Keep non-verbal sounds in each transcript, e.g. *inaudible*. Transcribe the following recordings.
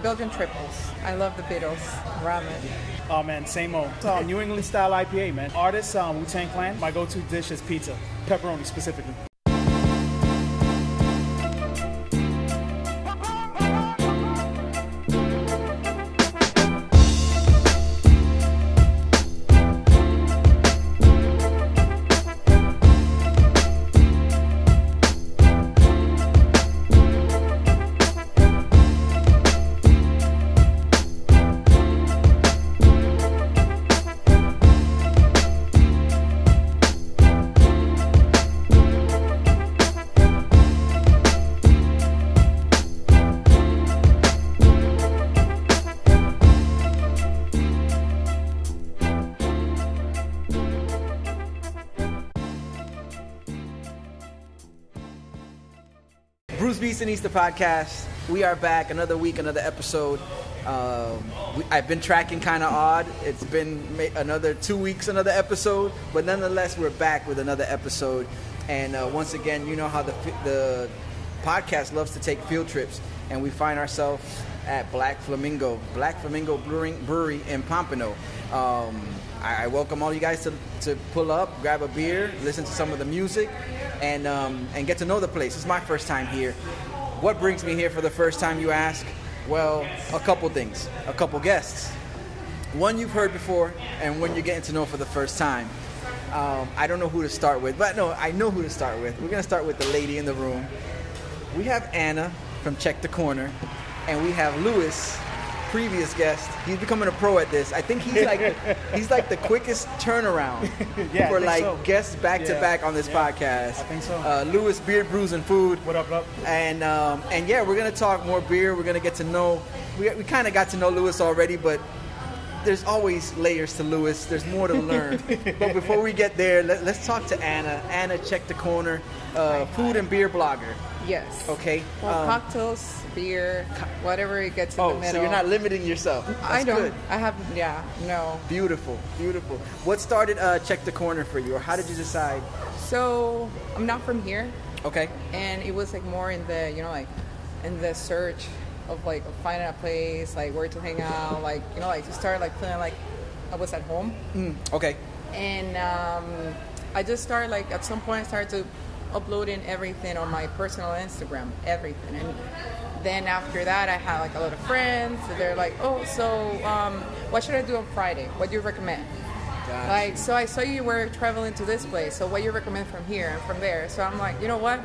Belgian triples. I love the Beatles. Ramen. Oh man, same old. Uh, New England style IPA, man. Artists, um, Wu Tang Clan. My go-to dish is pizza, pepperoni specifically. Bruce Beast and Easter podcast. We are back another week, another episode. Um, we, I've been tracking kind of odd. It's been ma- another two weeks, another episode, but nonetheless, we're back with another episode. And uh, once again, you know how the fi- the podcast loves to take field trips, and we find ourselves at Black Flamingo, Black Flamingo Brewing Brewery in Pompano. Um, I, I welcome all you guys to, to pull up, grab a beer, listen to some of the music, and um, and get to know the place. It's my first time here. What brings me here for the first time, you ask? Well, a couple things, a couple guests. One you've heard before, and one you're getting to know for the first time. Um, I don't know who to start with, but no, I know who to start with. We're gonna start with the lady in the room. We have Anna from Check the Corner, and we have Lewis, previous guest. He's becoming a pro at this. I think *laughs* he's like he's like the quickest turnaround Yeah, I for think like so. guests back to Yeah. back on this Yeah. podcast. I think so. Uh, Lewis, beard, brews, and food. What up, what up? And um, and yeah, we're gonna talk more beer. We're gonna get to know. We, we kind of got to know Lewis already, but there's always layers to Lewis. There's more *laughs* to learn. but before we get there, let, let's talk to Anna. Anna, check the corner. Uh, food and beer blogger. Yes. Okay, Well, um, cocktails, beer, co- whatever it gets in the Oh, middle. so you're not limiting yourself. I That's don't. Good. I have. Yeah. No. Beautiful, beautiful. What started uh, check the corner for you, or how did you decide? So I'm not from here, Okay. and it was like more in the you know like in the search of like of finding a place like where to hang out like you know like to start like feeling like I was at home. Mm, okay. and um, I just started like at some point I started to uploading everything on my personal Instagram, everything, and then after that I had like a lot of friends. They're like, oh, so um, what should I do on Friday? What do you recommend? Gotcha. Like, so I saw you were traveling to this place. So what you recommend from here and from there? So I'm like, you know what?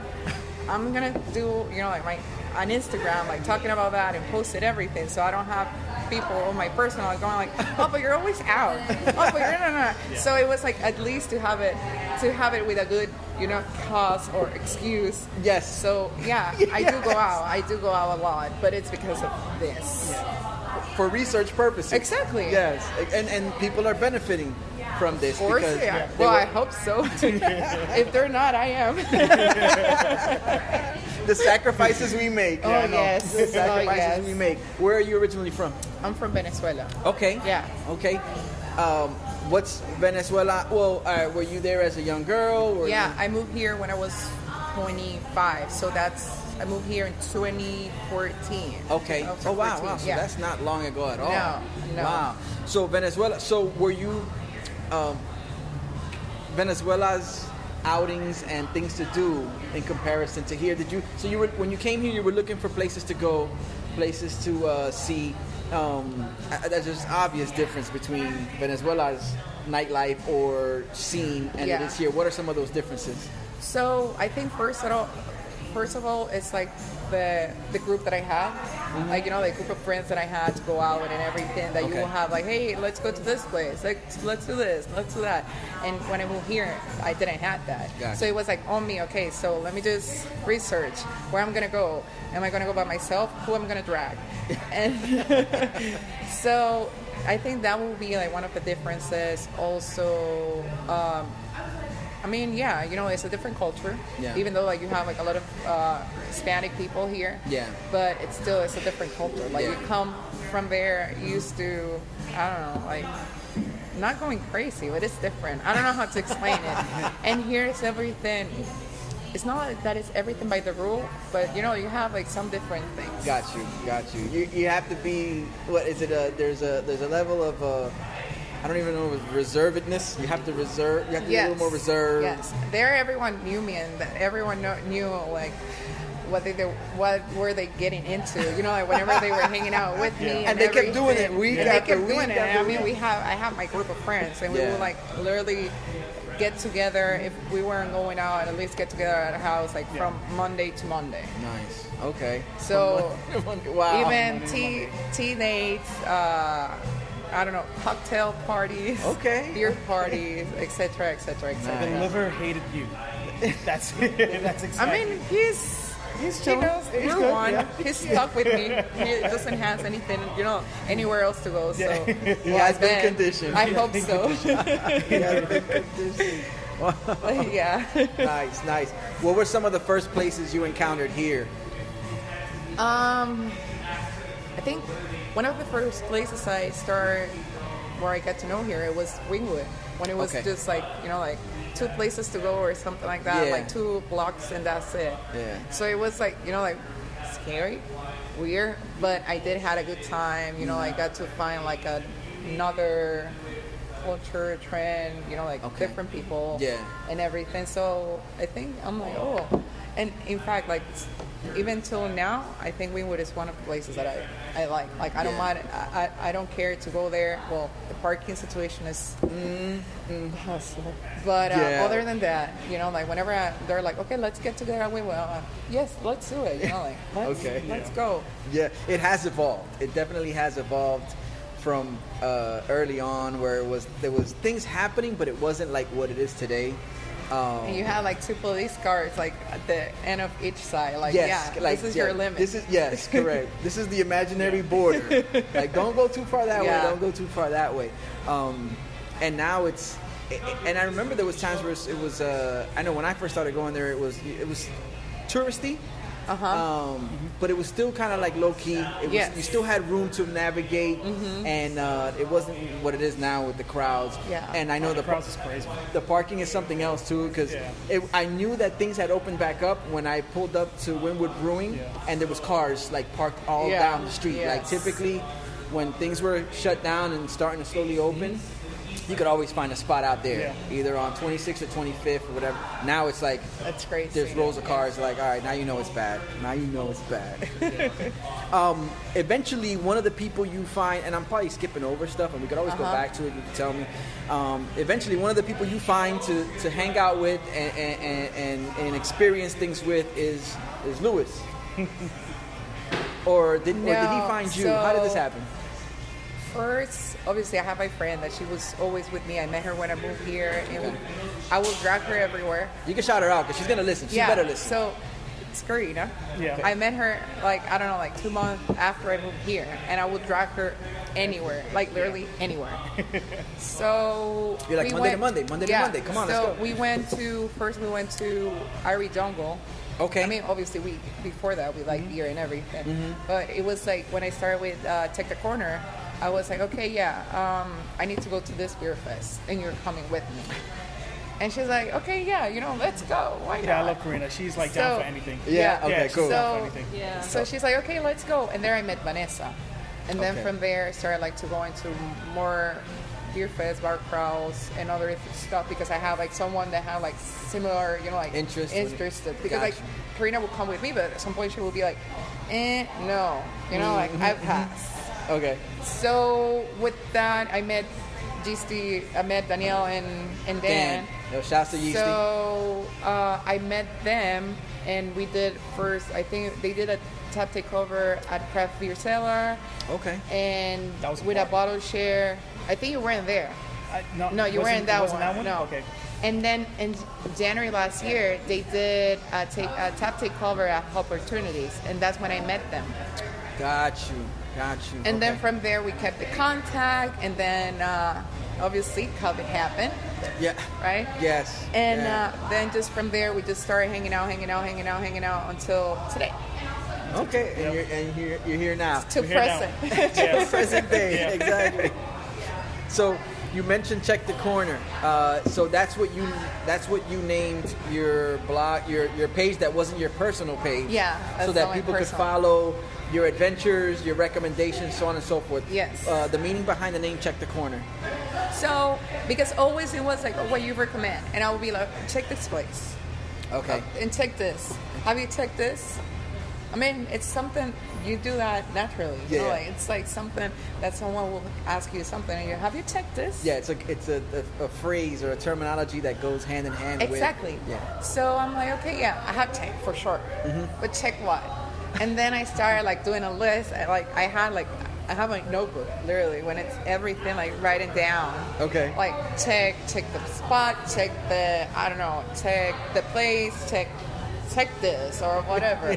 I'm gonna do you know like my on Instagram like talking about that and posted everything. So I don't have people on my personal going like, oh, but you're always out. Oh, but you're no, no, no. So it was like at least to have it to have it with a good you know cause or excuse. Yes. So yeah, I do go out. I do go out a lot, but it's because of this. for research purposes. Exactly. Yes, and and people are benefiting from this Of course, because they are. they Well, were- I hope *laughs* so. if they're not, I am. the sacrifices we make. *laughs* Oh, Yeah, I know. yes. *laughs* the Oh, sacrifices yes. we make. Where are you originally from? I'm from Venezuela. Okay. Yeah. Okay. Um, what's Venezuela? Well, uh, were you there as a young girl? Or Yeah, I moved here when I was 25. So that's I moved here in 2014. Okay. Oh, Oh wow, 14, wow. So yeah. that's not long ago at all. No, no. Wow. So Venezuela. So were you um, Venezuela's outings and things to do in comparison to here? Did you? So you were when you came here, you were looking for places to go, places to uh, see. Um, I- I- there's just obvious difference between Venezuela's nightlife or scene and Yeah. it is here. What are some of those differences? So I think first of all, first of all, it's like the the group that I had, like you know, like group of friends that I had to go out with and everything that you Mm-hmm. Okay. will have. Like, hey, let's go to this place. Like, let's do this. Let's do that. And when I moved here, I didn't have that. Gotcha. So it was like on me. Okay, so let me just research where I'm gonna go. Am I gonna go by myself? Who am I gonna drag? and so I think that will be like one of the differences. Also. Um, I mean, yeah, you know, it's a different culture. Yeah. Even though like you have like a lot of uh, Hispanic people here. Yeah. But it's still it's a different culture. Like Yeah. you come from there used to I don't know like not *laughs* going crazy, but it's different. I don't know how to explain it. And here's everything. it's not like that it's everything by the rule, but you know, you have like some different things. Got you, got you. You, you have to be what is it? A, there's a there's a level of uh, I don't even know reservedness. You have to reserve. You have to be a little more reserved. Yes, there everyone knew me, and that everyone know, knew like what they, they what were they getting into. You know, like whenever they were hanging out with me, Yeah. and, And they kept doing everything. it week And they after kept week doing it. And after I mean, week. we have I have my group of friends, and we Yeah. would like literally get together if we weren't going out, at least get together at a house like Yeah. from Monday to Monday. Nice. Okay. *laughs* So wow. *laughs* even tea tea dates, uh, I don't know, cocktail parties, Okay. beer parties, etc., etc., The etc. liver hated you. *laughs* That's *laughs* it. That's I exactly. mean, he's He's he chilling. knows He's we're good, one. *laughs* yeah. He's stuck with me. He doesn't have anything, you know, anywhere else to go. So Yeah. He well, has I been bet. conditioned. I hope so. *laughs* yeah. nice, nice. What were some of the first places you encountered here? Um, I think one of the first places I started where I got to know here it was Wingwood when it was Okay. just like you know like two places to go or something like that, Yeah. like two blocks and that's it. Yeah. So it was like you know like scary, weird, but I did had a good time. You know, Mm-hmm. I got to find like a, another culture trend. You know, like Okay. different people Yeah. and everything. So I think I'm like, oh, and in fact, like even till now, I think Wynwood is one of the places that I, I like. Like I don't Yeah. mind. I, I I don't care to go there. Well, the parking situation is mm, impossible. But uh, Yeah. other than that, you know, like whenever I, they're like, okay, let's get together at Wynwood. I'm like, yes, let's do it. You know, *laughs* like let's, Okay. let's go. Yeah, it has evolved. It definitely has evolved from uh, early on, where it was there was things happening, but it wasn't like what it is today. Um, And you have like two police cars, like at the end of each side. Like yes, yeah, like this is yeah, your limit. This is *laughs* yes, correct. this is the imaginary border. Like, don't go too far that Yeah. way. Don't go too far that way. Um, and now it's. And I remember there was times where it was. Uh, I know when I first started going there, it was it was touristy. Uh-huh. Um, but it was still kind of like low key. It was, Yes. Mm-hmm. You still had room to navigate, and uh, it wasn't what it is now with the crowds. Yeah. And I know the, the crowds is crazy. the parking is something else too, because Yeah. I knew that things had opened back up when I pulled up to Wynwood Brewing, Yeah. and there was cars like parked all Yeah. down the street. Like Yes. typically, when things were shut down and starting to slowly Mm-hmm. open, you could always find a spot out there, Yeah. either on 26th or 25th or whatever. Now it's like That's crazy. there's rows of cars. Like, all right, now you know it's bad. Now you know it's bad. um, eventually, one of the people you find, and I'm probably skipping over stuff, and we could always go Uh-huh. back to it. You can tell me. Um, eventually, one of the people you find to, to hang out with and, and, and, and, and experience things with is is *laughs* Lewis. or did or did he No, find you? How did this so- happen? first, obviously, I have my friend that she was always with me. I met her when I moved here, and we, I will drag her everywhere. You can shout her out because she's gonna listen. She yeah. better listen. So it's Karina. Yeah. I met her like I don't know, like two months after I moved here, and I would drag her anywhere, like literally anywhere. so You're we like, "Monday to went- Monday, Monday to yeah. Monday, come on, So let's go." we went to first we went to Irie Jungle. Okay. I mean, obviously, we before that we Mm-hmm. like beer and everything, but it was like when I started with uh, Take the Corner, I was like, okay, yeah, um, I need to go to this beer fest, and you're coming with me. And she's like, okay, yeah, you know, let's go. Why not? Yeah, I love Karina. She's like down So- for anything. yeah, yeah, Okay. she's Cool. down for So, anything. Yeah. so she's like, okay, let's go. And there I met Vanessa. And then Okay. from there, I started like to go into more beer fest, bar crowds, and other th- stuff because I have like someone that have like similar, you know, like Interest in- interested. Because like Gotcha. Karina will come with me, but at some point she will be like, eh, no, you know, like Mm-hmm. I pass. okay. So with that, I met Yeasty, I met Danielle and and Dan. Dan. Yo, shouts to Yeasty. So uh, I met them, and we did first. I think they did a tap takeover at Craft Beer Cellar, okay. and That was a with a party. bottle share. I think you weren't there. I, No, you wasn't- weren't that wasn't one. that one. No. Okay. And then in January last year, they did a, take, a tap takeover at Opportunities, and that's when I met them. Got you. Got you. And then Okay. from there, we kept the contact, and then uh, obviously COVID happened, yeah. right? Yes. And yeah. uh, then just from there, we just started hanging out, hanging out, hanging out, hanging out until today, uh, Okay, and, you're, and you're, you're here now. to *laughs* We're here now. present. *laughs* Yeah. Present day, Yeah. exactly. So, You mentioned check the corner, uh, so that's what you that's what you named your blog, your your page that wasn't your personal page. Yeah, that's so the that only people could personal. follow your adventures, your recommendations, so on and so forth. Yes. Uh, the meaning behind the name Check the Corner. *laughs* So, because always it was like, oh, what you recommend? And I would be like, check this place Okay. and check this. Have you checked this? I mean, it's something you do that naturally. you know, Yeah. like, it's like something that someone will ask you something and you have you checked this? Yeah, it's a it's a, a, a phrase or a terminology that goes hand in hand. Exactly. With, yeah. Mm-hmm. So I'm like, okay, yeah, I have check for sure, but check what? And then I started like doing a list. I, like I had like I have a notebook literally when it's everything like writing down. Okay. Like check, check the spot, check the I don't know, check the place, check, check this or whatever.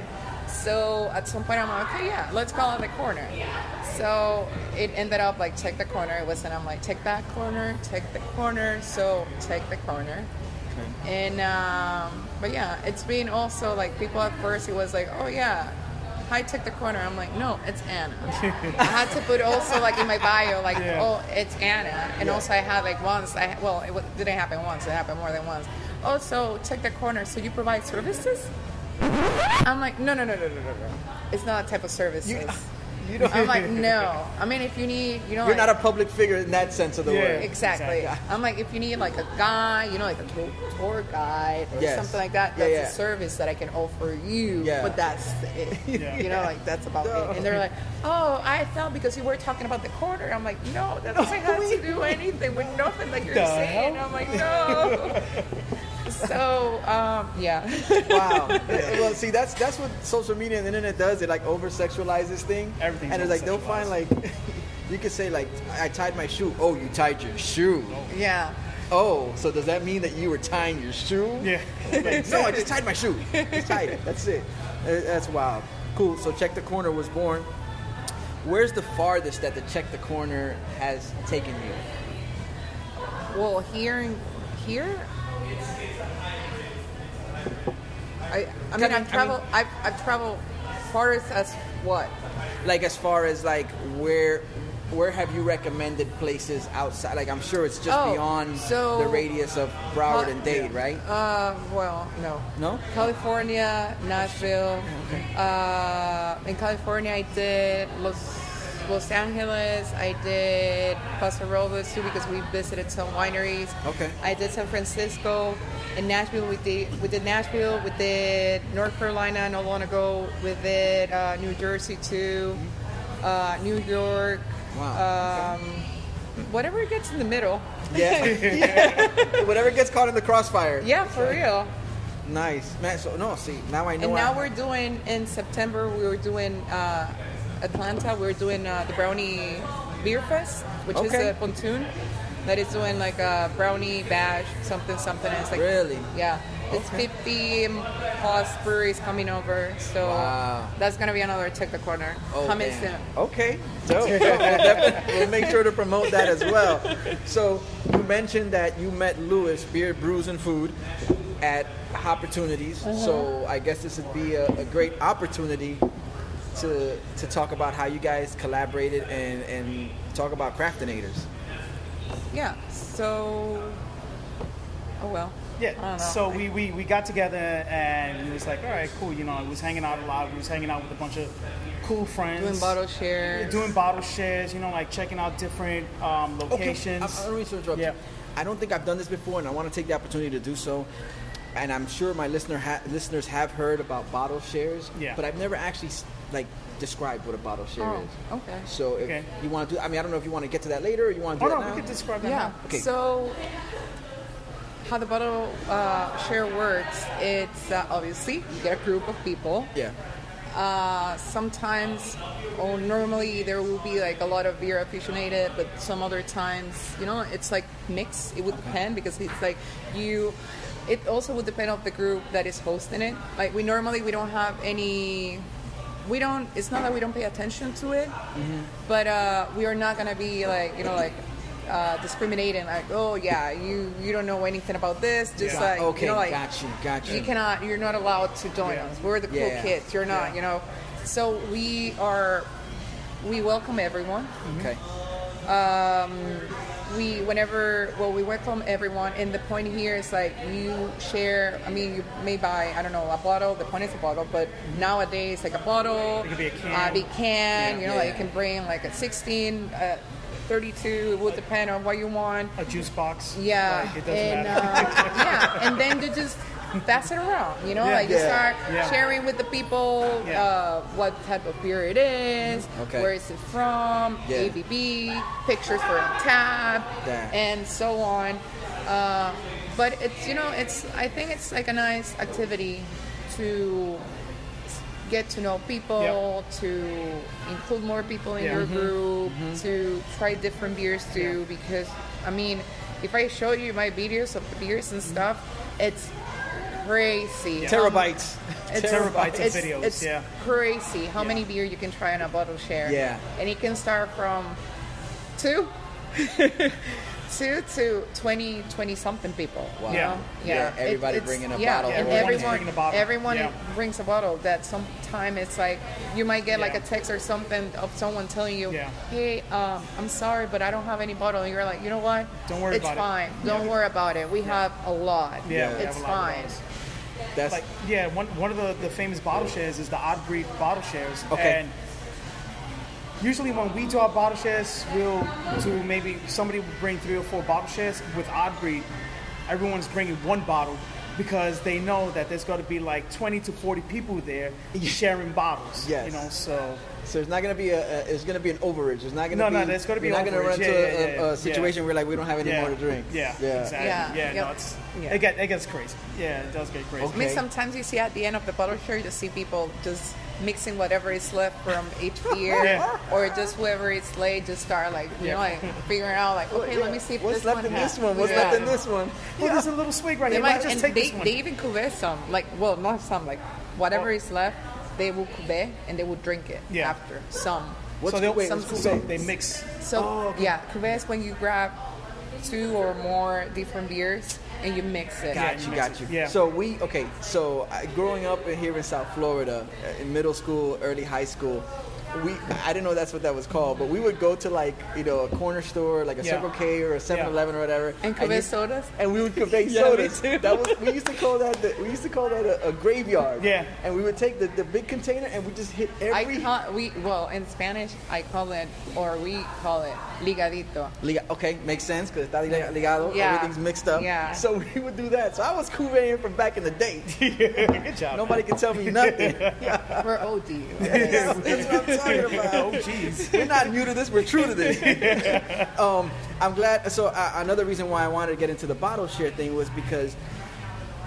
so at some point I'm like, okay, yeah, let's call it the corner. So it ended up like check the corner. It was, and I'm like check that corner, check the corner. So check the corner. And um, but yeah, it's been also like people at first it was like, oh yeah, hi check the corner. I'm like, no, it's Anna. I had to put also like in my bio like, Yeah. oh it's Anna. And Yeah. also I had like once I well it wa- didn't happen once. It happened more than once. Also check the corner. So you provide services? Mm-hmm. I'm like, no no no no no no no. It's not that type of services. *laughs* You don't, I'm like, no. I mean, if you need, you know, you're like, not a public figure in that sense of the Yeah. word. Exactly. Exactly. I'm like, if you need like a guy, you know, like a tour- tour guide or Yes. something like that, Yeah, that's yeah. a service that I can offer you. Yeah. But that's it. *laughs* Yeah. You know, like that's about No. it. And they're like, oh, I thought because you were talking about the quarter. I'm like, no, that doesn't have to do anything with nothing that you're The saying. hell? I'm like, no. *laughs* so, um, yeah. *laughs* Wow. well, see, that's that's what social media and the internet does. It like over sexualizes thing. Everything's And it's like they'll find like, *laughs* you could say like, I tied my shoe. Oh, you tied your shoe. yeah. Oh, so does that mean that you were tying your shoe? Yeah. Like, no, I just tied my shoe. Just tied it. That's it. Uh, That's wild. Cool. So check the corner was born. Where's the farthest that the check the corner has taken you? Well, here, in- here, I, I mean, mean- I've I traveled, I have I've traveled far as, as what? Like as far as like where where have you recommended places outside? Like I'm sure it's just Oh, beyond so- the radius of Broward and Dade, Yeah. right? Uh, well, no. No? California, Nashville. Uh, in California, I did Los Los Angeles. I did Paso Robles too because we visited some wineries. Okay. I did San Francisco. In Nashville, we did we did Nashville. We did North Carolina not long ago. We did uh, New Jersey too. Uh, New York. Wow. Um, whatever gets in the middle. Yeah. *laughs* *laughs* Whatever gets caught in the crossfire. Yeah, for real. Nice, man. So no, see now I know. And I- now we're doing in September. We were doing uh, Atlanta. We were doing uh, the Brownie Beer Fest, which is Okay. a pontoon that is doing like a brownie bash, something, something. And it's like Really? yeah. It's Okay. 50 plus breweries coming over, so Wow. that's gonna be another check the corner Oh, coming damn. soon. Okay, dope. we'll, definitely- we'll make sure to promote that as well. So you mentioned that you met Lewis Beer Brews and Food at Opportunities. So I guess this would be a, a great opportunity to to talk about how you guys collaborated and and talk about Craftinators. Yeah. So, oh well. I Yeah. don't know. So we, we, we got together and it was like, all right, cool. You know, I was hanging out a lot. We was hanging out with a bunch of cool friends. doing bottle shares. Doing bottle shares. You know, like checking out different um, Okay, locations. I, I don't mean to interrupt Yeah. you. I don't think I've done this before, and I want to take the opportunity to do so. And I'm sure my listener ha- listeners have heard about bottle shares, Yeah. but I've never actually s- like described what a bottle share Oh, is. okay. So if Okay. you want to do, I mean, I don't know if you want to get to that later or you want to Oh do no, it now. we could describe that. Yeah. now. Okay. So, how the bottle uh, share works? It's uh, obviously you get a group of people. yeah. Uh, sometimes, or normally there will be like a lot of beer aficionated, but some other times, you know, it's like mix. It would depend because it's like you. It also would depend on the group that is hosting it. Like we normally we don't have any. We don't. It's not that we don't pay attention to it, but uh, we are not gonna be like you know like. Uh, discriminating like oh yeah you you don't know anything about this just Yeah. like okay, you know like got you, got you. you cannot you're not allowed to join Yeah. us we're the cool Yeah. kids you're not Yeah. you know so we are we welcome everyone Okay. we whenever well we welcome everyone and the point here is like you share i mean you may buy i don't know a bottle the point is a bottle but nowadays like a bottle It could be a can. uh, big can Yeah. you know like you can bring like a 16 uh, 32 it would depend on what you want a juice box. yeah Like, it doesn't and matter. uh, yeah and then you just pass it around you know Yeah. like you Yeah. start Yeah. sharing with the people Yeah. uh, what type of beer it is Okay. where is it from Yeah. ABB pictures for a tab Yeah. and so on uh, but it's you know it's I think it's like a nice activity to s- get to know people to include more people in Yeah. your group to try different beers too because I mean if I show you my videos of the beers and stuff it's crazy how *laughs* Terabytes. it's, Terabytes of it's- videos, It's yeah. crazy how many beer you can try in a bottle share. Yeah. And it can start from *laughs* two, two to 20, 20 something people. Wow. you Yeah. know? Yeah, It- everybody it's- bringing a yeah, bottle And or- Everyone's everyone, bringing a bottle, everyone yeah. brings a bottle that sometime it's like, you might get like Yeah. a text or something of someone telling you, Yeah. hey, um, I'm sorry, but I don't have any bottle. And you're like, you know what? Don't worry it's about it." fine. Don't Yeah. worry about it. We have a lot. Yeah, we have It's a lot of fine. those. *laughs* That's Like yeah, one one of the, the famous bottle shares is the odd breed bottle shares. Okay. And usually when we do our bottle shares, we'll do maybe somebody will bring three or four bottle shares with odd breed. Everyone's bringing one bottle because they know that there's going to be like 20 to 40 people *laughs* there sharing bottles. Yes. You know, so so. It's not gonna be a. a it's gonna be an overage. It's not gonna No, be. no, there's gonna be We're not gonna overage. run into Yeah, yeah, a, yeah, a yeah. situation where like we don't have any more to drink. Yeah. Exactly. Yeah, Yeah. yep. No, it's Yeah. it get it gets crazy. Yeah, it does get crazy. I mean, Okay. sometimes you see at the end of the bottle share, you see people just mixing whatever is left from *laughs* each beer, Yeah. or just whoever is late, just start like you Yeah. know, like figuring out like, okay, let me see if Oh, What's this left one in has- this one? What's Yeah. left in this one? Well, there's a little swig right They here. might Might, and just take they, this one. they even cuvee some, like well, not some, like whatever Oh. is left, they will cuvee and they will drink it Yeah. after some. What's- so they'll, wait, so what's cuvee? they mix So Oh, yeah, cuvee is when you grab two or more different beers and you mix it. Got Yeah, you, you got mix you. it. Yeah. So we okay. So I, growing up in- here in South Florida, uh, in middle school, early high school, we I didn't know that's what that was called, but we would go to like you know a corner store, like a Yeah. Circle K or a 7-Eleven or whatever, And you- cuvee sodas. and we *laughs* would convey Yeah, me sodas. too. That was we used to call that the, we used to call that a, a graveyard. Yeah. And we would take the, the big container and we just hit every. I call we well in Spanish I call it or we call it ligadito. Liga- okay, makes sense because está liga- ligado. Yeah. Everything's mixed up. Yeah. So we would do that. So I was cuveying from back in the day. *laughs* Good job. Nobody could tell me nothing. We're OD. Yes, that's what I'm *laughs* talking about. oh jeez. We're not new to this. We're true to this. um, I'm glad. So uh, another reason why I wanted to get into the bottle share thing was because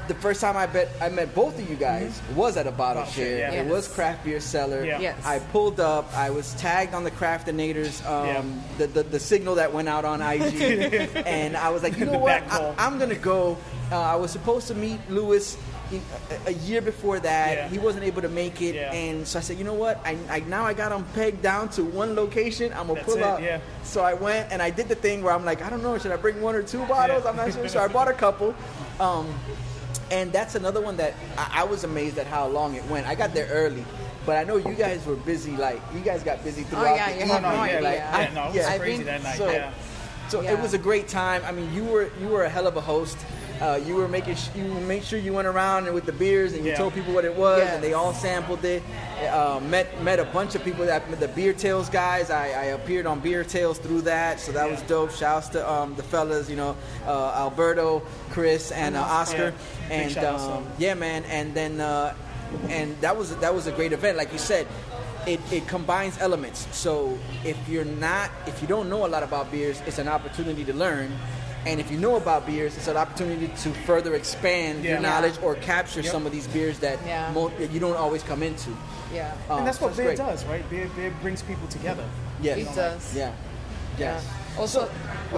the first time I bet I met both of you guys was at a bottle Bottle share. share, yeah. It Yes. was craft beer cellar. Yeah. Yes. I pulled up. I was tagged on the Craftinators. Um, the, the the signal that went out on IG, and I was like, you know The what? back I, wall. I'm gonna go. Uh, I was supposed to meet Lewis. in- A a year before that, Yeah. he wasn't able to make it, Yeah. and so I said, you know what? I, I now I got him pegged down to one location. I'm gonna That's pull it, up. yeah. So I went and I did the thing where I'm like, I don't know, should I bring one or two bottles? Yeah. I'm not sure. So I bought a couple. Um, and that's another one that I, I was amazed at how long it went. I got there early, but I know you guys were busy. Like you guys got busy throughout Oh, yeah, the you evening. have no idea. Like, Yeah, I- no, it was yeah. I've crazy been- that night. so- yeah. So Yeah. it was a great time. I mean, you were you were a hell of a host. Uh, you were making sh- you made sure you went around and with the beers and you Yeah. told people what it was Yes. and they all sampled it. Uh, met met a bunch of people that the Beer Tales guys. I, I appeared on Beer Tales through that, so that was Yeah. dope. Shouts to um, the fellas, you know, uh, Alberto, Chris, and uh, Oscar, Yeah. Big and shout outs to um, them. yeah, man. And then uh, and that was that was a great event, like you said. It, it combines elements. So if you're not, if you don't know a lot about beers, it's an opportunity to learn. And if you know about beers, it's an opportunity to further expand your Yeah. knowledge or capture Yep. some of these beers that Yeah. mo- that you don't always come into. Yeah. Um, And that's so what it's beer great. does, right? Beer, beer brings people together. Yes. It does. Yeah. Yes. Yeah. Also, go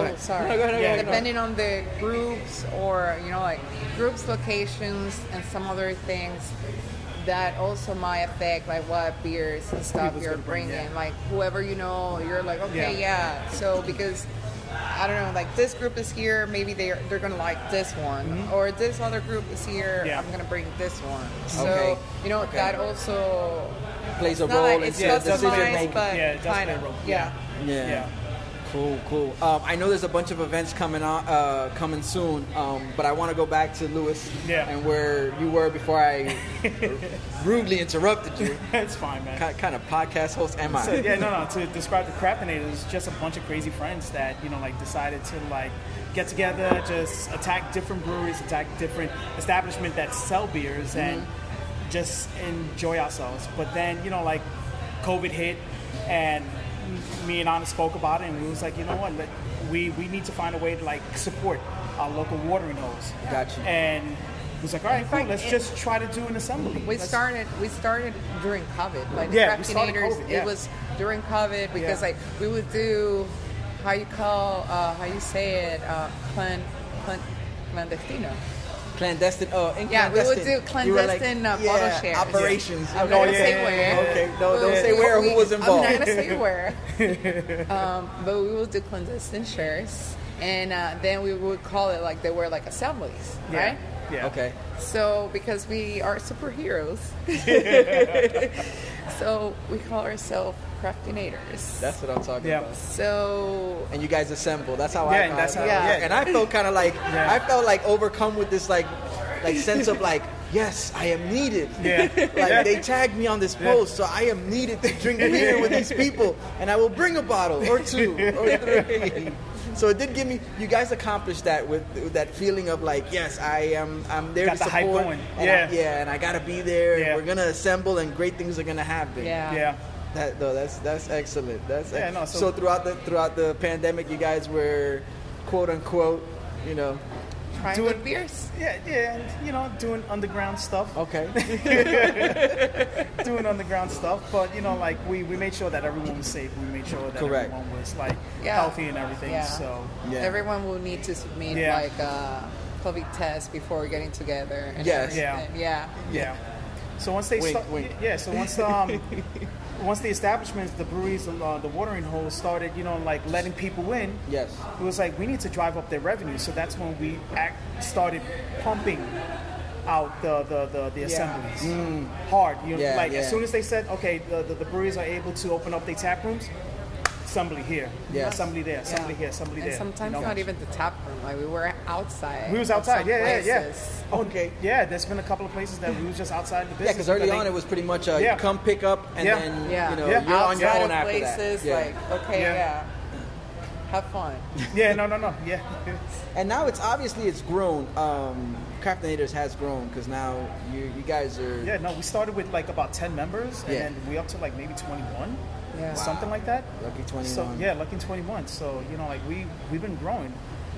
oh, ahead. sorry. No, go ahead, go ahead, go Depending on the groups or you know like groups locations and some other things that also might affect like what beers and stuff People's you're gonna bring, bringing. yeah. Like whoever you know, you're like okay, yeah. So because. I don't know, like this group is here, maybe they're they're gonna like this one, or this other group is here, Yeah. I'm gonna bring this one. So Okay. you know Okay. that also Plays a not role like in it's the does decision minds, customized, making. but Yeah, *laughs* it does play a kind of, role. yeah. yeah. Cool, cool. Um, I know there's a bunch of events coming on, uh, coming soon, um, but I want to go back to Lewis Yeah. and where you were *laughs* before I rudely interrupted you. it's fine, man. Kind, kind of podcast host am I? So, yeah, no, no. To describe the Craftinators, it was just a bunch of crazy friends that you know, like, decided to like get together, just attack different breweries, attack different establishments that sell beers, Mm-hmm. and just enjoy ourselves. But then, you know, like, COVID hit, and me and Anna spoke about it, and we was like, you know what, let, we we need to find a way to like support our local watering holes. Got you. And we was like, all right, cool. fact, Let's it- just try to do an assembly. We Let's- started. We started during COVID. Like Yeah, we the started Craftinators, COVID, yeah. it was during COVID because Yeah. like we would do how you call uh, how you say it uh, clan, clan, clandestino. Clandestine. Oh, in Yeah, we would clandestine, do you were like, clandestine, uh, yeah, bottle shares. operations. I'm No, Oh, not gonna yeah, say Oh, yeah, where. yeah, Okay, no, We don't would say do- where or we- who was involved. I'm not gonna say where. *laughs* um, but we would do clandestine shares, and uh, then we would call it like they were like assemblies, Yeah. right? Yeah. Okay. So, because we are *laughs* superheroes, so we call ourselves craftinators. That's what I'm talking Yeah. about. so. And you guys assemble. That's how I. Yeah, and that's how- Yeah. And I felt kind of like Yeah. I felt like overcome with this like *laughs* like sense of like yes I am needed. Yeah. *laughs* like Yeah. they tagged me on this post, so I am needed to *laughs* drink beer with these people, and I will bring a bottle or two or three. So it did give me. You guys accomplished that with, with that feeling of like, yes, I am. I'm there Got the to hype support. going. And Yeah. I, yeah, and I gotta be there. And Yeah. we're gonna assemble, and great things are gonna happen. Yeah. Yeah. That though, that's that's excellent. That's Yeah, ex- no, so, so- throughout the throughout the pandemic, you guys were quote unquote, you know, Trying Do good it. beers. Yeah, yeah, and you know, doing underground stuff, okay, doing underground stuff. But you know, like we, we made sure that everyone was safe. We made sure that Correct. everyone was like Yeah. healthy and everything. Yeah. So Yeah. Everyone will need to submit Yeah. like a COVID test before getting together. And Yes. everything. Yeah. Yeah. yeah. So once they Wink, start, wink. yeah. So once um, *laughs* once the establishments, the breweries, uh, the watering holes started, you know, like letting people in. *laughs* yes, It was like we need to drive up their revenue. So that's when we act started pumping out the the, the, the assemblies hard. You know, Mm. Yeah, like yeah. as soon as they said, okay, the, the, the breweries are able to open up their tap rooms. Somebody here, Yeah. Somebody there, somebody Yeah. here, somebody and there. sometimes you know? not even the tap room. Like we were outside. We was at outside. some Yeah, yeah, yeah. places. Oh, okay, Yeah, there's been a couple of places that we was just outside the business. yeah, because early but on they- it was pretty much uh, Yeah. you come pick up and Yeah. then Yeah. you know Yeah. you're on your Outside own after places. that. Yeah. Like okay, Yeah. yeah. Have fun. *laughs* Yeah, no, no, no. Yeah, and now it's obviously it's grown. Um, Craftinators has grown because now you you guys are yeah. No, we started with like about ten members, and Yeah. then we up to like maybe 21, Yeah. something like that. lucky twenty So one. yeah, lucky 21. So you know, like we we've been growing,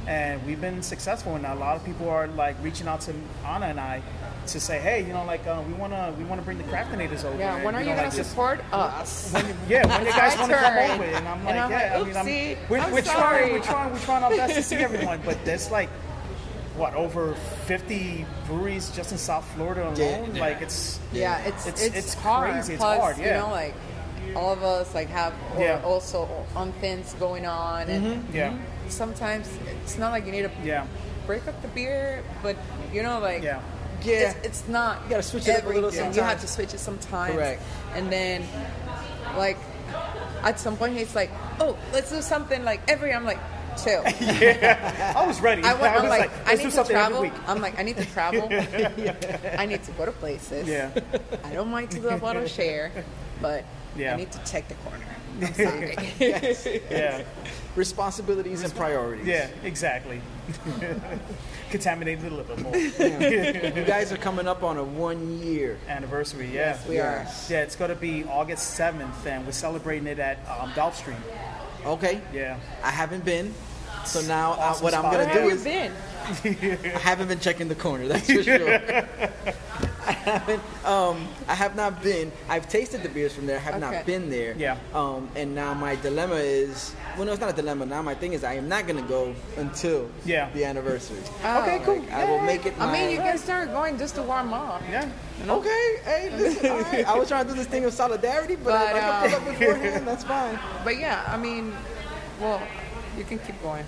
and we've been successful, and a lot of people are like reaching out to Anna and I to say, hey, you know, like uh, we wanna we wanna bring the Craftinators over. Yeah. and, When are you know, gonna like, just- support us? *laughs* Yeah, when you It's guys my want to come turn. over, and I'm And like, I'm yeah, like, I mean, oopsie, I'm, we're, I'm we're trying, sorry. we're trying, we're trying our best to *laughs* see everyone, but there's like, what, over 50 breweries just in South Florida Yeah, alone? yeah. Like, it's Yeah, it's It's- it's, it's hard. crazy, it's Plus, hard, yeah. you know, like all of us like have or Yeah. Mm-hmm. also on things going on, and yeah, Mm-hmm. sometimes it's not like you need to yeah, break up the beer, but you know, like yeah, yeah. it's, it's not. You gotta switch it up a little everything. You have sometimes. to switch it sometimes. Correct. And then, like, at some point, it's like, oh, let's do something like every. I'm like, *laughs* chill. I was ready. Uh, I want. I'm was like, I let's do need to something every travel. week. I'm like, I need *laughs* to travel. I need to go to places. Yeah. I don't mind to do a *laughs* bottle share, but Yeah. I need to check the *laughs* corner. I'm sorry. Yeah, responsibilities and priorities. yeah, exactly. *laughs* Contaminated a little bit more. you guys are coming up on a one year. Anniversary, yeah. we are. Yeah, it's going to be August 7th, and we're celebrating it at um, Dolph Street. Okay, Yeah. I haven't been. So now I- Awesome what I'm spot. gonna *laughs* Where have do you is been? I haven't been checking the corner. That's *laughs* for sure. I haven't. Um, I have not been. I've tasted the beers from there. I have not Okay. been there. Yeah. Um, and now my dilemma is well, no, it's not a dilemma. Now my thing is I am not gonna go until Yeah. Uh, the anniversary. Okay, Like, I will make it. Oh, I mean, you my- can start going just to warm up. Yeah. Okay, hey, listen, all right. I was trying to do this thing of solidarity, but, But, if I can um, pull uh, *laughs* up beforehand, that's fine. But yeah, I mean, well, you can keep going.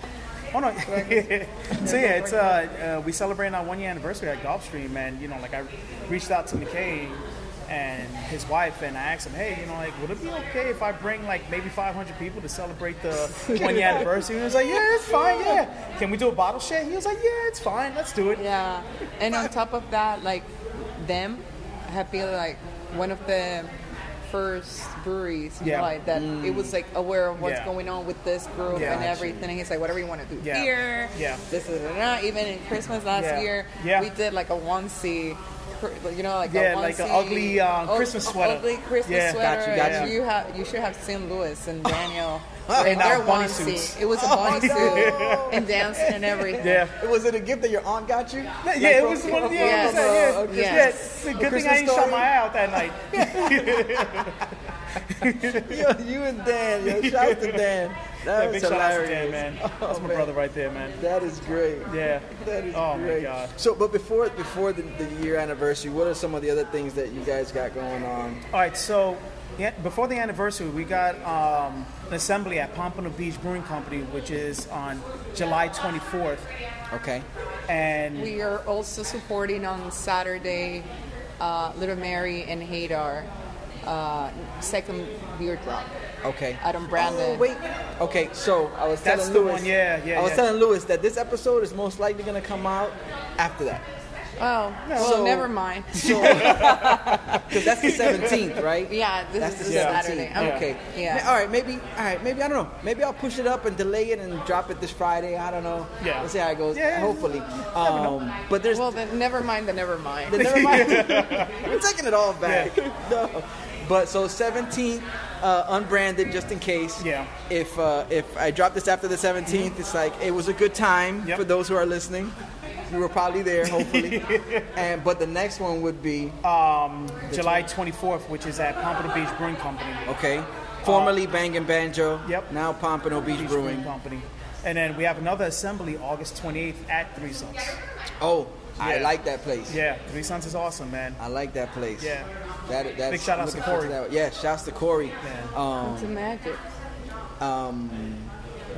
Oh no! *laughs* so yeah, it's uh, uh, we celebrating our one year anniversary at Gulfstream, and you know, like I reached out to McKay and his wife, and I asked him, hey, you know, like, would it be okay if I bring like maybe 500 people to *laughs* celebrate the one year anniversary? And he was like, yeah, it's fine, yeah. Can we do a bottle share? He was like, yeah, it's fine, let's do it. Yeah, and on top of that, like them have been like one of the first breweries you Yeah. Mm. know, like that it was like aware of what's Yeah. going on with this group Yeah. and everything and he's like whatever you want to do Yeah. here Yeah. this is not even in christmas last Yeah. year Yeah. we did like a one c you know like Yeah, a like a onesie- ugly, um, ug- Christmas sweater. ugly christmas Yeah. sweater Got you, got and you. you have you should have seen lewis and daniel *laughs* And in now their bunny onesie suits. it was *laughs* a bunny suit and dancing and everything Yeah. Was it a gift that your aunt got you? Yeah, it was one of the Yes. others. Yeah, Uh, yeah. a Christmas- Yes. Yeah, it's a a good thing I Christmas didn't shut story. my eye out that *laughs* night. Yo, you and Dan. Yo, shout out to Dan. Yeah, That was big shout out to hilarious. Dan, Oh, *laughs* man. That's my man. brother right there, man. That is great. Yeah. *laughs* That is oh great. my god. So, but before before the, the year anniversary, what are some of the other things that you guys got going on? All right, so yeah, before the anniversary, we got um, an assembly at Pompano Beach Brewing Company, which is on July 24th, Okay. and We are also supporting on Saturday uh, Little Mary and Hadar uh, second beer drop Okay. out on Brandon. Oh, wait. Okay, so I was That's telling the Lewis. one, yeah, yeah, I was yeah. telling Lewis that this episode is most likely gonna come out after that. Oh, well, So- never mind. So, because *laughs* that's the seventeenth, right? Yeah, this That's is *laughs* the a yeah. Saturday. 17th. Okay. Yeah. Ma- All right. Maybe. All right. Maybe I don't know. Maybe I'll push it up and delay it and drop it this Friday. I don't know. Yeah. Let's see how it goes. Yeah, yeah, Hopefully. Um, but there's. Well, then never mind the never mind. then *laughs* never mind. *laughs* We're taking it all back. *laughs* No. But so 17th, uh, unbranded, just in case. Yeah. If uh, if I drop this after the 17th, it's like it was a good time Yep. for those who are listening. You were probably *laughs* there, hopefully. and but the next one would be July 24th, which is at Pompano Beach Brewing Company. okay. Formerly Bang and Banjo. Uh, Yep. Now Pompano Beach, Beach Brewing. Company. And then we have another assembly August 28th at Three Sons. Oh, I Yeah. like that place. Yeah, Three Sons is awesome, man. I like that place. Yeah. That, that's, Big shout I'm out to looking forward Corey. that one. Yeah, shouts to Corey. It's a magic.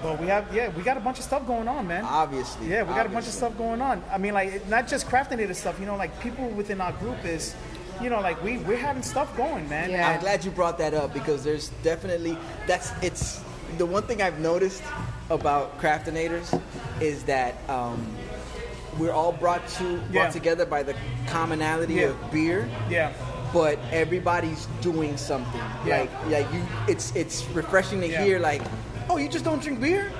But we have, yeah, we got a bunch of stuff going on, man. Obviously. Yeah, we got a bunch of obviously. stuff going on. I mean, like it- not just crafting stuff. You know, like people within our group is, you know, like we we're having stuff going, man. Yeah. I'm glad you brought that up because there's definitely that's it's the one thing I've noticed about craftinators is that um, we're all brought to Yeah. brought together by the commonality Yeah. of beer, Yeah, but everybody's doing something. Yeah. Like like you, it's it's refreshing to Yeah. hear like, oh, you just don't drink beer.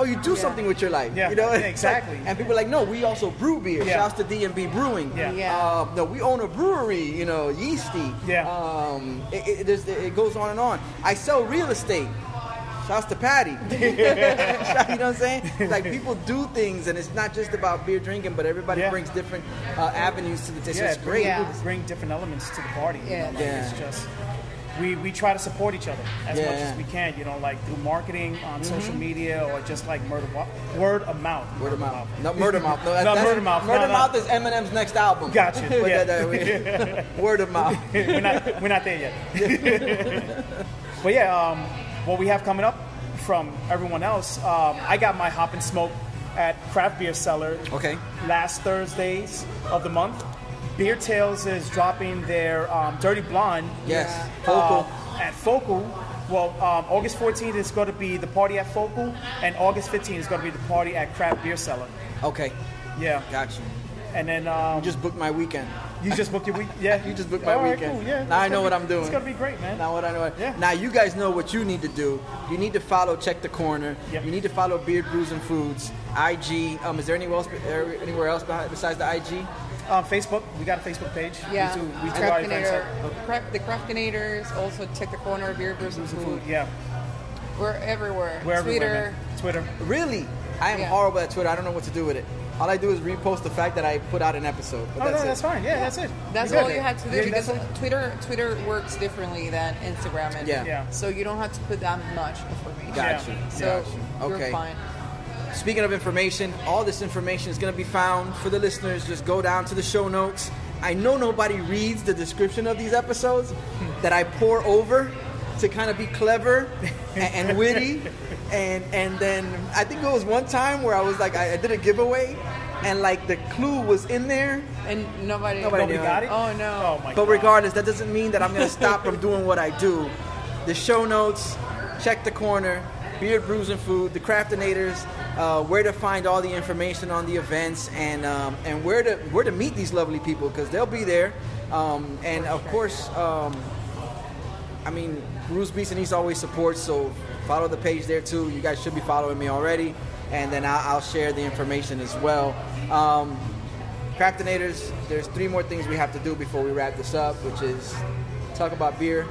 Oh, you do something with your life. Yeah. You know *laughs* Yeah, It's like- exactly. and people are like, no, we also brew beer. Yeah. Shouts to D and B Brewing. Yeah. Yeah. Uh, no, we own a brewery. You know, yeasty. Yeah. Um, it, it, there's, it goes on and on. I sell real estate. Shouts to Patty. *laughs* you know what I'm saying? Like people do things, and it's not just about beer drinking, but everybody Yeah. brings different uh, avenues to the table. yeah. it's great. Bring, Yeah. bring different elements to the party. you know, Yeah. like, Yeah. It's just we we try to support each other as Yeah, much yeah. Mm-hmm. as we can. You know, like through marketing on social media or just like murder, word of mouth. Word of mouth. No, murder mouth. No, that's, No, that's- Murder Mouth. No, Murder no. mouth is Eminem's next album. Gotcha. Put Yeah. that that *laughs* way. word of mouth. we're not we're not there yet. *laughs* but yeah, um, what we have coming up from everyone else, um, I got my hop and smoke at Craft Beer Cellar Okay. last Thursdays of the month. Beer Tales is dropping their um, Dirty Blonde. Yes. uh, Focal. at Focal. Well, um, August 14th is going to be the party at Focal, and August 15th is going to be the party at Craft Beer Cellar. Okay. Yeah, Got you. and then um, You just booked my weekend. you just booked your week. Yeah, You just booked my All right, weekend. cool, yeah, Now I It's gonna know what be- I'm doing. It's going to be great, man. Now what I know. what- Yeah. Now you guys know what you need to do. You need to follow Check the Corner. Yep. You need to follow Beard Brews and Foods. IG. Um, is there anywhere else anywhere else behi- besides the IG? Um, Facebook, we got a Facebook page. Yeah. We do, we do our events. Craftkinator- at- Craf- the Craftinators also check the corner beer brews and food. Yeah, We're everywhere. we're everywhere. Twitter. man. Twitter. Really? I am Yeah. horrible at Twitter. I don't know what to do with it. All I do is repost the fact that I put out an episode. But Oh, that's no, it. that's fine. Yeah, that's it. That's You're all good. you had to do Yeah, because that's it. Twitter Twitter works differently than Instagram and Yeah. Yeah. so you don't have to put that much information. Got you. So Got you. Okay. you're fine. Speaking of information, all this information is going to be found for the listeners. Just go down to the show notes. I know nobody reads the description of these episodes that I pour over to kind of be clever *laughs* and, and witty. And and then I think it was one time where I was like, I, I did a giveaway and like the clue was in there. And nobody. Nobody Nobody knew got it. it? Oh, no. Oh my But God. regardless, that doesn't mean that I'm gonna stop from doing what I do. The show notes, check the corner, Beard Brews and Food, the Craftinators, uh, where to find all the information on the events, and um, and where to where to meet these lovely people because they'll be there. Um, and of course, um, I mean, Bruce Beast and East always supports, so follow the page there too. You guys should be following me already, and then I'll, I'll share the information as well. Um, Craftinators, there's three more things we have to do before we wrap this up, which is talk about beer,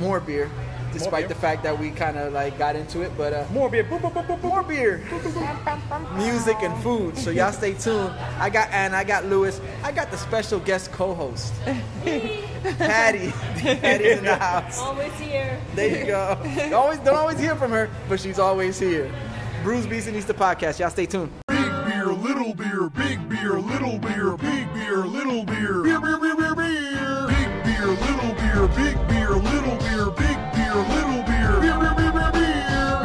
more beer, despite beer. the fact that we kind of like got into it, but uh, More beer. Boop, boop, boop, boop, boop. more beer, music, and food. So y'all stay tuned. I got and I got Lewis. I got the special guest co-host, Patty. Patty's in the house. Always here. There *laughs* you go. Don't always don't always hear from her, but she's always here. Bruce Beeson needs the podcast. Y'all stay tuned. Big beer, little beer, big beer, little beer, big beer, little beer. Beer, beer, beer, beer, beer. Big beer, little beer, big beer, little beer, big beer, little beer. Beer, beer, beer, beer, beer.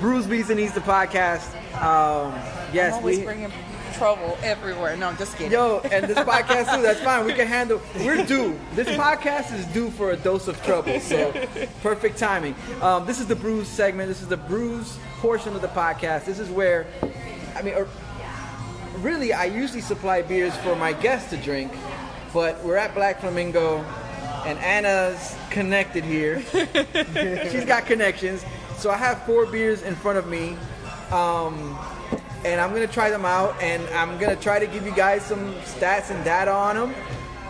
Bruce Beeson needs the podcast. Um, yes, I'm always we. bringing trouble everywhere. No, I'm just kidding. Yo, and this podcast too. That's fine. We can handle. We're due. This podcast is due for a dose of trouble. So, perfect timing. Um, this is the bruise segment. This is the bruise portion of the podcast. This is where, I mean, or, really, I usually supply beers for my guests to drink, but we're at Black Flamingo, and Anna's connected here. She's got connections. So I have four beers in front of me um, and I'm gonna try them out, and I'm gonna try to give you guys some stats and data on them,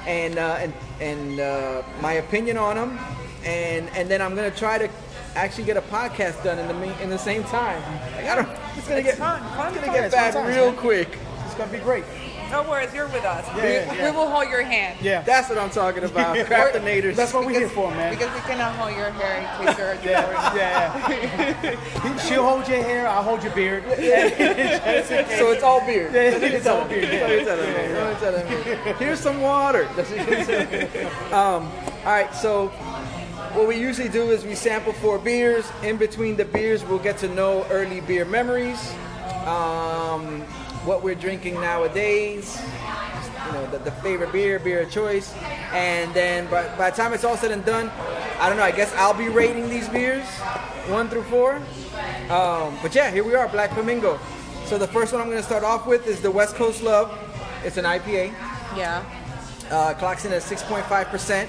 and uh, and and uh, my opinion on them, and and then I'm gonna try to actually get a podcast done in the me- in the same time. Like, I don't. It's gonna get fun, fun, it's gonna fun. get It's fun bad times, real man. quick. It's gonna be great. No worries, you're with us. Yeah, we, yeah, yeah. we will hold your hand. Yeah. That's what I'm talking *laughs* about. Yeah. Craftinators. That's what we're here for, man. *laughs* Because we cannot hold your hair in case *laughs* you're a Yeah, yeah. *laughs* yeah. She'll hold your hair. I'll hold your beard. *laughs* So *laughs* it's all beer. Yeah, That's what it's you're all telling me. beer, yeah. That's what you're telling me. That's what you're telling me. Here's some water. *laughs* That's what you're telling me. um, all right, so what we usually do is we sample four beers. In between the beers, we'll get to know early beer memories, um, what we're drinking nowadays, you know, the, the favorite beer, beer of choice. And then by, by the time it's all said and done, I don't know, I guess I'll be rating these beers one through four. Um, but yeah, here we are, Black Flamingo. So the first one I'm going to start off with is the West Coast Love. It's an IPA. Yeah. Uh, clocks in at 6.5%.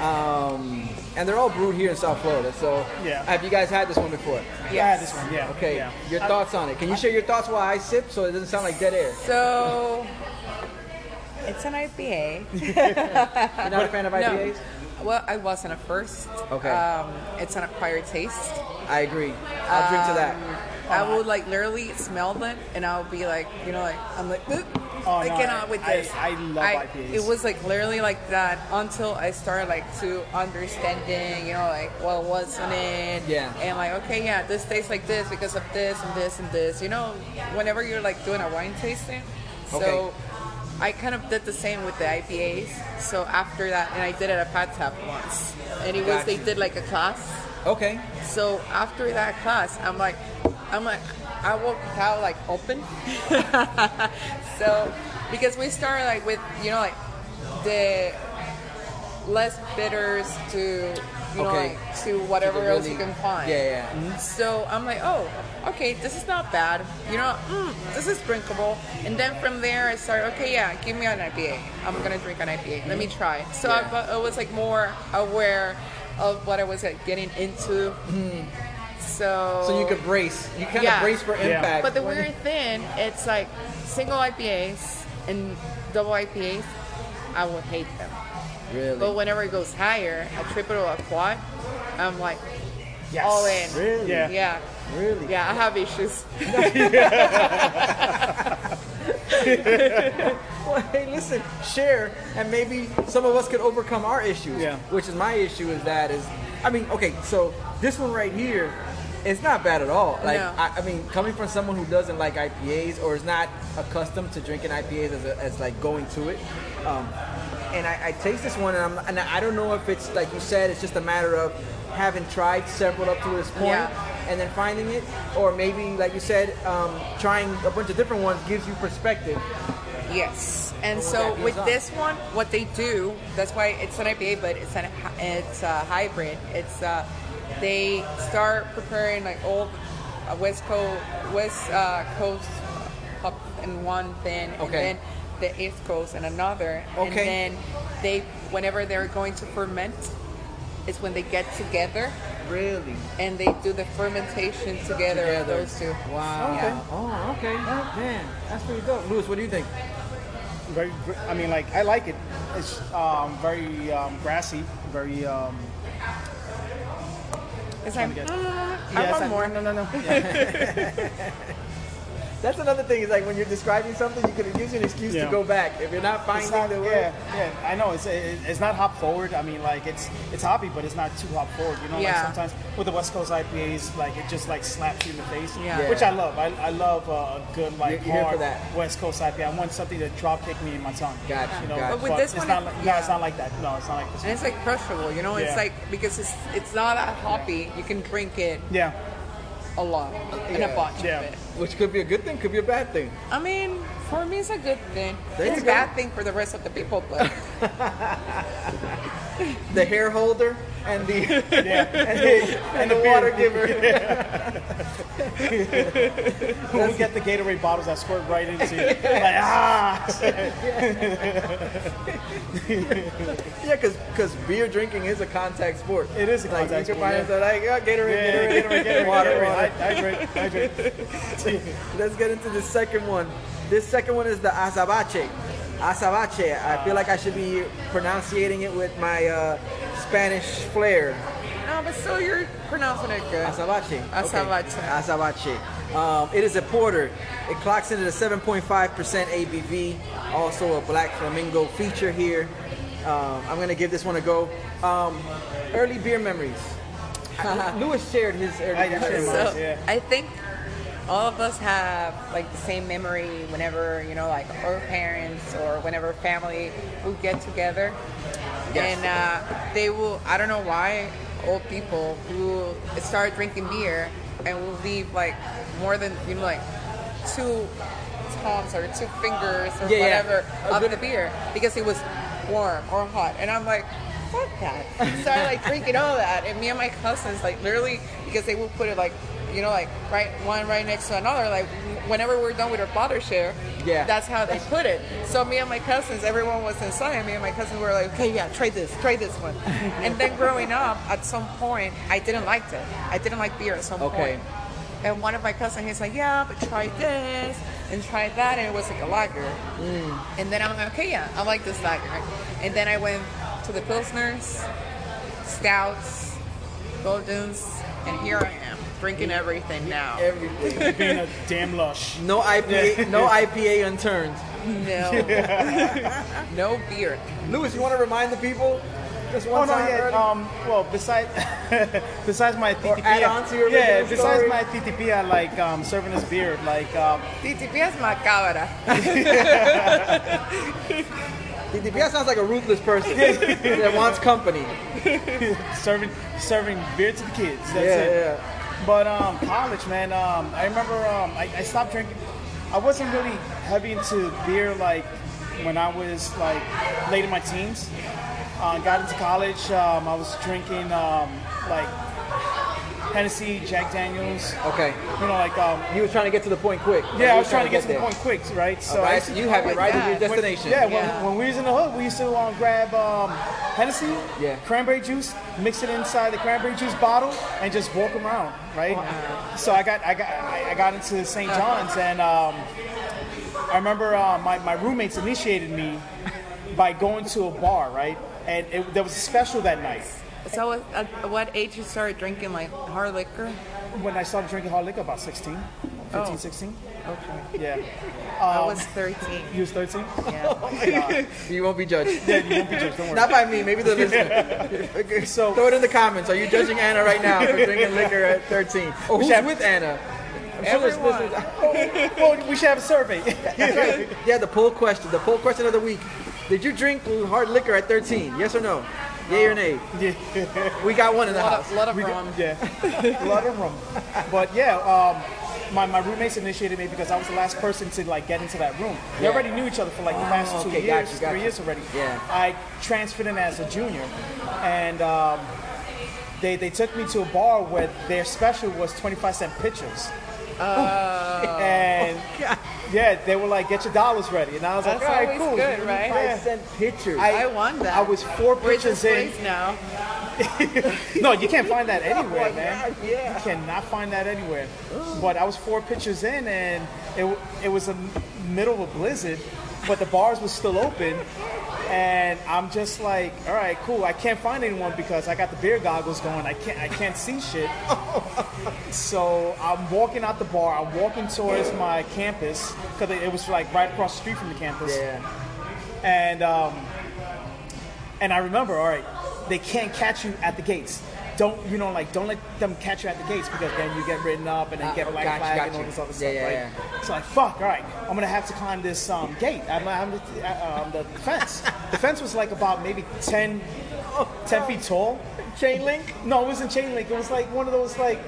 Um, and they're all brewed here in South Florida. So Yeah. have you guys had this one before? Yeah, I had this one. Yeah. Okay, Yeah. your I- thoughts on it. Can you share your thoughts while I sip so it doesn't sound like dead air? So it's an IPA. You're not a fan of IPAs? *laughs* No. Well, I wasn't at first. Okay. Um, it's an acquired taste. I agree. I'll drink to that. Um, I will like literally smell them, and I'll be like, you know, like I'm like, "Oop, Oh, I no, cannot I- with I- this. I love IPAs. It was like literally like that until I started like to understanding, you know, like well, what's in it? Yeah. And like, okay, yeah, this tastes like this because of this and this and this. You know, whenever you're like doing a wine tasting, so. Okay. I kind of did the same with the IPAs. So after that, and I did it at Pat Tap once, and it was Got they you. did like a class. Okay. So after that class, I'm like, I'm like, I walked out like open. *laughs* so because we started like with you know like the less bitters to you know Okay. like to whatever Keep it else really- you can find. Yeah, yeah. So I'm like, oh, okay, this is not bad. You know, mm, this is drinkable. And then from there, I started, okay, yeah, give me an IPA. I'm gonna drink an IPA. Let me try. So I Yeah. bu- I, was like more aware of what I was like, getting into. So. Mm-hmm. So you could brace. You kind Yeah. of brace for Yeah. impact. But the weird thing, it's like single IPAs and double IPAs. I would hate them. Really? But whenever it goes higher, a triple or a quad, I'm like Yes. all in. Really? Yeah. Yeah. Really? Yeah, I have issues. Well, *laughs* hey, listen, share, and maybe some of us could overcome our issues. Yeah. Which is my issue is that is, I mean, okay, so this one right here, it's not bad at all. Like, No. I, I mean, coming from someone who doesn't like IPAs or is not accustomed to drinking IPAs as, a, as like going to it, um, and I, I taste this one, and, I'm, and I don't know if it's like you said, it's just a matter of having tried several up to this point Yeah. and then finding it, or maybe like you said, um, trying a bunch of different ones gives you perspective. Yes. And What would so that be? with It's this one, what they do, that's why it's an IPA, but it's an it's a hybrid. It's uh, they start preparing like old uh, West Coast West uh, Coast hop in one thing, and Okay. then the East Coast in another, and Okay. then they whenever they're going to ferment, is when they get together Really? and they do the fermentation together, of Together. those two. Wow. Yeah. Oh, okay. Oh, man, that's pretty dope. Louis, what do you think? Very, gr- I mean, like I like it. It's um, very um, grassy, very. Um, It's like get- "Ah, I yes, want more. No, no, no. That's another thing. Is like when you're describing something, you could use an excuse Yeah. to go back if you're not finding It's not, the word. yeah, yeah, I know. It's it, it's not hop forward. I mean, like it's it's hoppy, but it's not too hop forward. You know, Yeah. like sometimes with the West Coast IPAs, like it just like slaps you in the face. Yeah. Yeah. Which I love. I, I love uh, a good like You're- you're here for hard that. West Coast IPA. I want something to drop kick me in my tongue. Gotcha, You know, gotcha. But with this it's one, not it- like, no, yeah. it's not like that. No, it's not like this. And it's like crushable, you know. It's Yeah. like because it's it's not that hoppy. You can drink it Yeah, a lot and Yeah. a bunch Yeah. of it. Which could be a good thing, could be a bad thing. I mean, for me, it's a good thing. There it's you a go. bad thing for the rest of the people, *laughs* but The hair holder and the yeah. *laughs* and the, and the water giver. when we get the Gatorade bottles, I squirt right into *laughs* you. like ah. Yeah, because beer drinking is a contact sport. It is a like, contact you sport, can find yeah. yourself like, oh, Gatorade, Yeah, Gatorade, Gatorade, Gatorade, water, water. Hydrate, hydrate. *laughs* Let's get into the second one. This second one is the azabache. Azabache. I feel like I should be pronouncing it with my uh, Spanish flair. no, but still, you're pronouncing it good. Azabache. Azabache. Okay. Azabache. Um, it is a porter. It clocks in at a 7.5% ABV. Also a black flamingo feature here. Um, I'm gonna give this one a go. Um, early beer *laughs* memories. Lewis shared his early I beer shared memories. mine. So Yeah. I think all of us have like the same memory whenever you know, like our parents or whenever family would get together, Yes. and uh, they will. I don't know why old people who start drinking beer and will leave like more than you know, like two palms or two fingers or Yeah, yeah. whatever A of good- the beer because it was warm or hot, and I'm like. Fuck that. Started like drinking all that, and me and my cousins like literally because they will put it like you know like right one right next to another like whenever we're done with our bottle share. Yeah. That's how they put it. So me and my cousins, everyone was inside, and me and my cousins were like, okay, yeah, try this, try this *laughs* one. and then growing up, at some point, I didn't like it. I didn't like beer at some Okay. point. And one of my cousins, he's like, yeah, but try this and try that, and it was like a lager. And then I'm like, okay, yeah, I like this lager. And then I went to the Pilsners, Stouts, Goldens, and here I am, drinking everything now. Everything. Being a damn lush. No IPA, no IPA unturned. No. *laughs* no beer. Lewis, you want to remind the people this Oh one no, time yeah. early? Um, well, besides *laughs* besides my TTP, add on to your yeah. original Besides story. my TTP, I like um, serving this beer. Like um, TTP es macabra. The guy sounds like a ruthless *laughs* person that wants company. serving serving beer to the kids. That's Yeah, it. yeah. But um, college, man. Um, I remember um, I, I stopped drinking. I wasn't really heavy into beer like when I was like late in my teens. Uh, got into college. Um, I was drinking um, like Hennessy, Jack Daniels. Okay. You know, like um, He was trying to get to the point quick. Yeah, He I was trying to get to the there. point quick, right? So I All right, used so to- you have Oh it my right at your God. when- destination. Yeah, Yeah. When, when we was in the hood, we used to um, grab um, Hennessy, Yeah. cranberry juice, mix it inside the cranberry juice bottle, and just walk around, right? So I got I got I I got into St. John's, and um, I remember uh, my my roommates initiated me by going to a bar, right? And it, there was a special that night So at- at what age you started drinking like hard liquor? when I started drinking hard liquor, about 16, 15, Oh. 16. Okay. Yeah, I Um, was *laughs* 13. you was 13. Yeah. You won't be judged. *laughs* Yeah, you won't be judged. Don't worry. Not by me, maybe the listener. Okay, So- Throw it in the comments. Are you judging Anna right now for drinking liquor at 13? Oh, who's have- with Anna? Everyone. *laughs* well, we should have a survey. Yeah, the poll question. The poll question of the week. Did you drink hard liquor at 13? Yes or no? Yay or *laughs* nay? Yeah. We got one in the A lot of, house. lot of We rum. got- yeah, a lot of rum. But yeah, um, my, my roommates initiated me because I was the last person to like get into that room. We Yeah. already knew each other for like the last Oh, two okay, got years, you, got three you. years already. Yeah. I transferred in as a junior, and um, they they took me to a bar where their special was twenty five cent pitchers. Oh. *laughs* and yeah, they were like, "Get your dollars ready," and I was like, That's "All right, always cool." good, right? Yeah. Five cent pictures. I want that. I was four Where's this pitchers in. place now? No, you can't find *laughs* Oh, that anywhere, my man. God, yeah. You cannot find that anywhere. But I was four pitchers in, and it, w- it was the m- middle of a blizzard, but the bars were still open. And I'm just like, all right, cool. I can't find anyone because I got the beer goggles going. I can't, I can't see shit. So I'm walking out the bar. I'm walking towards my campus because it it was like right across the street from the campus. yeah. And um, and I remember, all right, they can't catch you at the gates. Don't you know, like don't let them catch you at the gates because then you get written up and then Ah, you get oh, black gotcha, flag and gotcha. all this other Yeah, stuff. yeah, right? yeah. So like, fuck, all right, I'm gonna have to climb this um, gate. I'm, I'm the, uh, um, the fence. the fence was like about maybe 10, 10 feet tall. Chain link? No, it wasn't chain link. It was like one of those like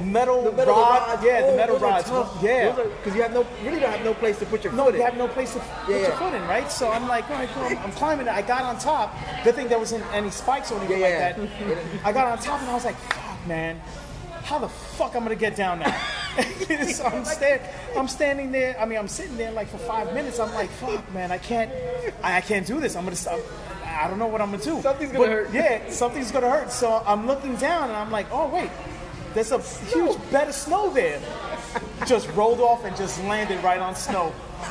metal, The metal rod- rods. Yeah, Oh, the metal those are rods. tough. Yeah. Those are- Cause you have no, really don't have no place to put your No, foot you have in. no place to put Yeah, your yeah. foot in, right? So I'm like, all right, cool. I'm, I'm climbing. it. I got on top. Good thing there wasn't any spikes or anything Yeah, like yeah. *laughs* that. I got on top and I was like, fuck, man. How the fuck I'm gonna get down now? *laughs* so I'm, sta- I'm standing there. I mean, I'm sitting there like for five minutes. I'm like, fuck, man. I can't. I, I can't do this. I'm gonna stop. I don't know what I'm gonna do. Something's gonna But, hurt. Yeah, something's gonna hurt. So I'm looking down and I'm like, oh wait, there's a huge bed of snow there. Just rolled off and just landed right on snow. *laughs*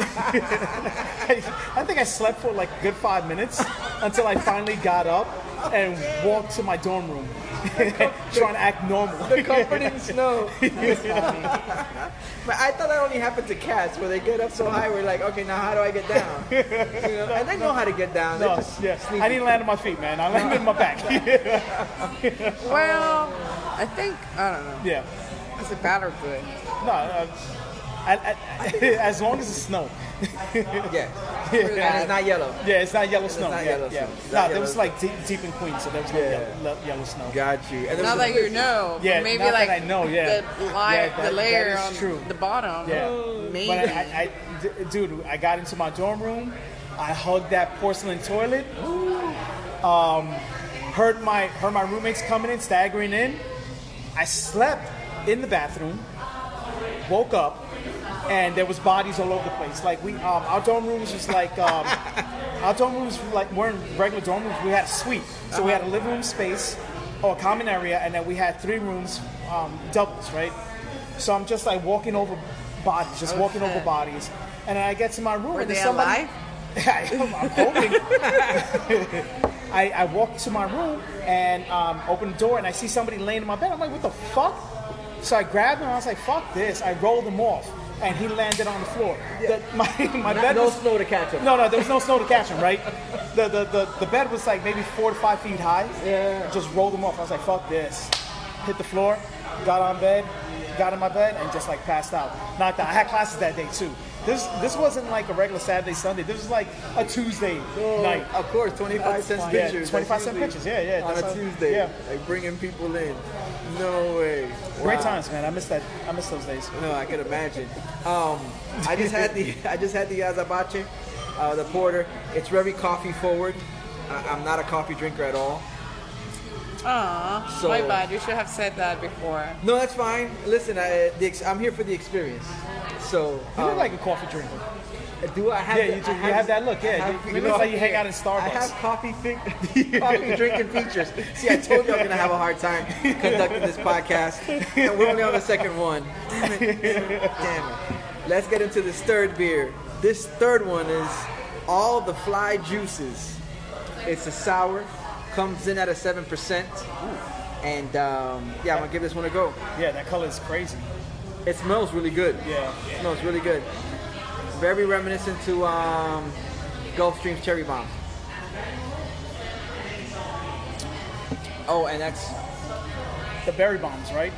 I think I slept for like a good five minutes until I finally got up and walked to my dorm room, *laughs* trying to act *laughs* normal. The comforting snow. *laughs* But I thought that only happened to cats where they get up so high we're like, okay, now how do I *laughs* get down? You know? And they know how to get down. They're No, just yeah. sneaky. I didn't land on my feet, man. I landed on my back. *laughs* Well, I think I don't know. yeah. Is it bad or good? No. Uh, *laughs* I, I, as long as it's snow. *laughs* Yeah. Really And it's bad. not yellow. Yeah, it's not yellow snow. not yeah, yellow yeah. snow. It's No, not there yellow was snow. like deep, deep in Queens, so there was no yellow, yellow snow. Got you. And Not like like you know, but Yeah, maybe not like that I know, yeah. the, layer, Yeah, that- the layer that is on true. the bottom. Yeah. Maybe. But I, I, I- d- dude, I got into my dorm room. I hugged that porcelain toilet. Um, heard my heard my roommates coming in, staggering in. I slept in the bathroom. Woke up, and there was bodies all over the place. Like we, um, our dorm rooms was like. *laughs* Um, Our dorm rooms like weren't regular dorm rooms. We had a suite, so we Uh-huh. had a living room space or a common area, and then we had three rooms, um, doubles, right? So I'm just like walking over bodies, just walking over bodies, and then I get to my room. Were and they there's somebody, alive? I'm, I'm hoping. I, I walk to my room and um, open the door, and I see somebody laying in my bed. I'm like, what the fuck? So I grabbed him, and I was like, fuck this. I rolled him off, and he landed on the floor. The- my *laughs* my bed no was snow to catch them. no, no, there was no snow to catch him, right? The, the, the, the bed was like maybe four to five feet high. Yeah. Just rolled him off. I was like, fuck this. Hit the floor, got on bed, got in my bed, and just like passed out. Knocked out. I had classes that day too. This this wasn't like a regular Saturday, Sunday. This was like a Tuesday night. Of course, 25 cents fine. Yeah, pictures. 25 That's cent usually pictures. Yeah, yeah, On that's a how- Tuesday. yeah. Like bringing people in. No way. Great Wow. times, man. I miss that. I miss those days. No, I can imagine. Um, I just had the *laughs* I just had the azabache, uh, the porter. It's very coffee forward. I, I'm not a coffee drinker at all. Aw, So- my bad. You should have said that before. No, that's fine. Listen, I, the ex- I'm here for the experience. So, You look um, like a coffee drinker. do I have? Yeah, the- you do- I you have that look, yeah. I You- you look like you hang out in I have Starbucks. coffee, *laughs* fi- coffee drinking features. See, I told you I'm gonna have a hard time conducting this podcast, and we're only on the second one. Damn it! Damn it! Let's get into this third beer. This third one is all the fly juices. It's a sour, comes in at a seven percent, and um, yeah, I'm gonna give this one a go. Yeah, that color is crazy. It smells really good. Yeah. It smells really good. Very reminiscent to um, Gulfstream's Cherry Bomb. Oh, and that's The berry bombs, right?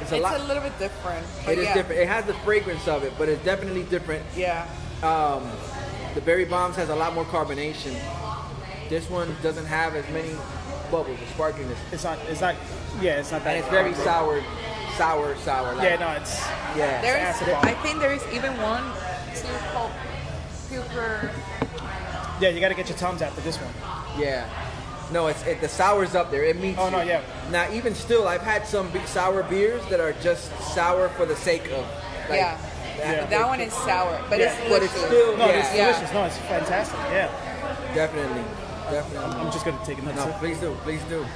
it's a It's lot. a little bit different. but it is yeah. different. It has the fragrance of it, but it's definitely different. Yeah. Um, the Berry Bombs has a lot more carbonation. This one doesn't have as many bubbles or sparklingness, It's not. It's not. Yeah, it's not that. and it's very sour, sour, sour. Like, Yeah, no, it's. yeah. There is, acid bomb. I think there is even one two called super. Yeah, you gotta get your tums after this one. Yeah. No, it's it, the sour's up there. It meets. Oh, no, you. yeah. Now even still, I've had some be- sour beers that are just sour for the sake of. Like, yeah. Yeah. that one is sour, but it's Yeah, but it's delicious. still- No, Yeah. it's Yeah. delicious. No, it's fantastic. Yeah, Definitely. Definitely. I'm just gonna take another. No, sip. please do, please do.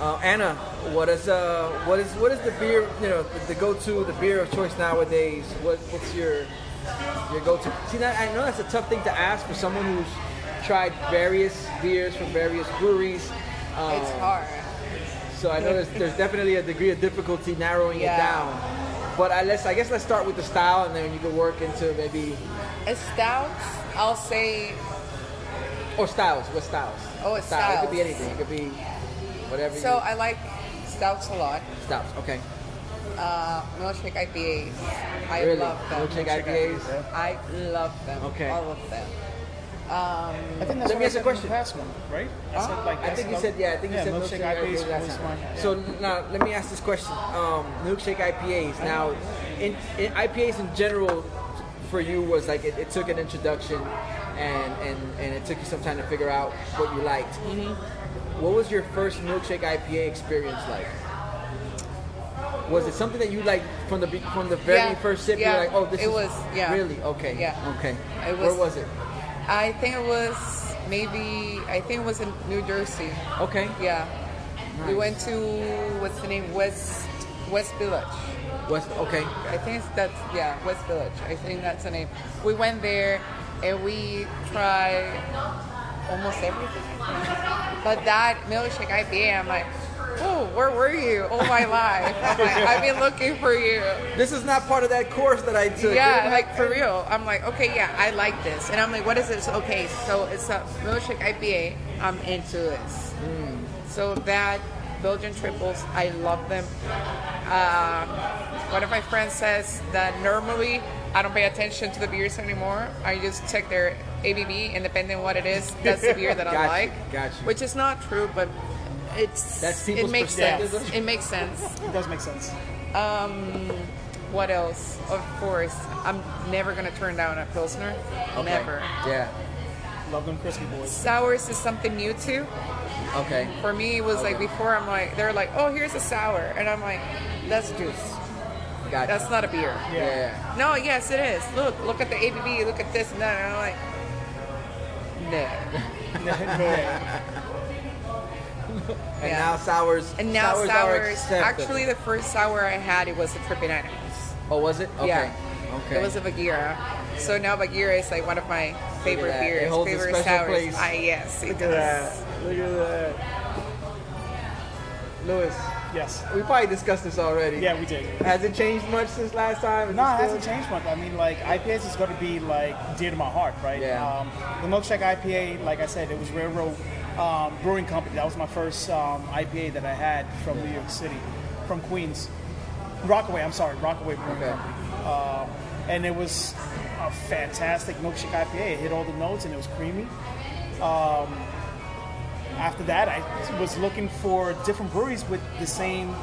Uh, Anna, what is uh, what is what is the beer? You know, the, the go-to, the beer of choice nowadays. What what's your your go-to? See, that, I know that's a tough thing to ask for someone who's tried various beers from various breweries. Um, It's hard. So I know there's, there's definitely a degree of difficulty narrowing Yeah. it down. But I, let's, I guess let's start with the style, and then you can work into maybe As stouts, I'll say or styles. What styles? Oh, it's It could be styles. anything. It could be whatever. so. you, I like stouts a lot. styles. Okay. Uh, milkshake IPAs. I really? love them. Milkshake IPAs. I love them. Okay. All of them. I think that's what I Let me ask a said in the question. Past one, right? Ah, I said, like, Ah, I that's think you another- said yeah. I think you said milkshake IPAs last was time. mine. Yeah. So now let me ask this question: um, milkshake IPAs. Now, in, in IPAs in general, for you was like it, it took an introduction, and, and and it took you some time to figure out what you liked. What was your first milkshake IPA experience like? Was it something that you liked from the be- from the very Yeah, first sip? yeah, You're like, oh, this it is was- yeah. really okay. Yeah. okay. It Where was- was it? I think it was maybe. I think it was in New Jersey. Okay. Yeah. We Nice. went to what's the name? West West Village. West. Okay. I think it's, that's yeah, West Village. I think that's the name. We went there and we tried almost everything. But that milkshake IPA, I'm like, oh, where were you all my life? I'm like, I've been looking for you. This is not part of that course that I took. Yeah, like for real. I'm like, okay, yeah, I like this. And I'm like, what is this? Okay, so it's a milkshake IPA. I'm into this. Mm. So that Belgian triples, I love them. Um, one of my friends says that normally I don't pay attention to the beers anymore. I just check their ABV, and depending on what it is, that's the beer that I *laughs* Gotcha, like. gotcha. Which is not true, but it's That's it people's makes perspective. sense. It makes sense. It does make sense. What else? Of course, I'm never gonna turn down a pilsner. Okay. Never. Yeah. Love them crispy *laughs* boys. Sours is something new too. Okay. For me, it was like Okay. before. I'm like, they're like, oh, here's a sour, and I'm like, that's juice. Got That's not a beer. Yeah. yeah. No, yes, it is. Look, look at the ABV. Look at this and that. And I'm like, no. *laughs* And Yeah. now sours. And now sours. sours. are acceptable. actually, the first sour I had it was a Trippin' Animals. Oh, was it? Okay. Yeah. Okay. It was a Bagheera. So now Bagheera is like one of my favorite that. It beers, holds a favorite special sours. place. Ah, yes, it Look at does. that. Look at that. Lewis. Yes. We probably discussed this already. Yeah, we did. Has it changed much since last time? Is No, it still- hasn't changed much. I mean, like IPAs is going to be like dear to my heart, right? Yeah. Um, the milkshake IPA, like I said, it was Railroad um, Brewing Company. That was my first um, IPA that I had from New York City, from Queens, Rockaway. I'm sorry, Rockaway Brewing Okay. Company, um, and it was a fantastic milkshake IPA. It hit all the notes, and it was creamy. Um, After that, I was looking for different breweries with the same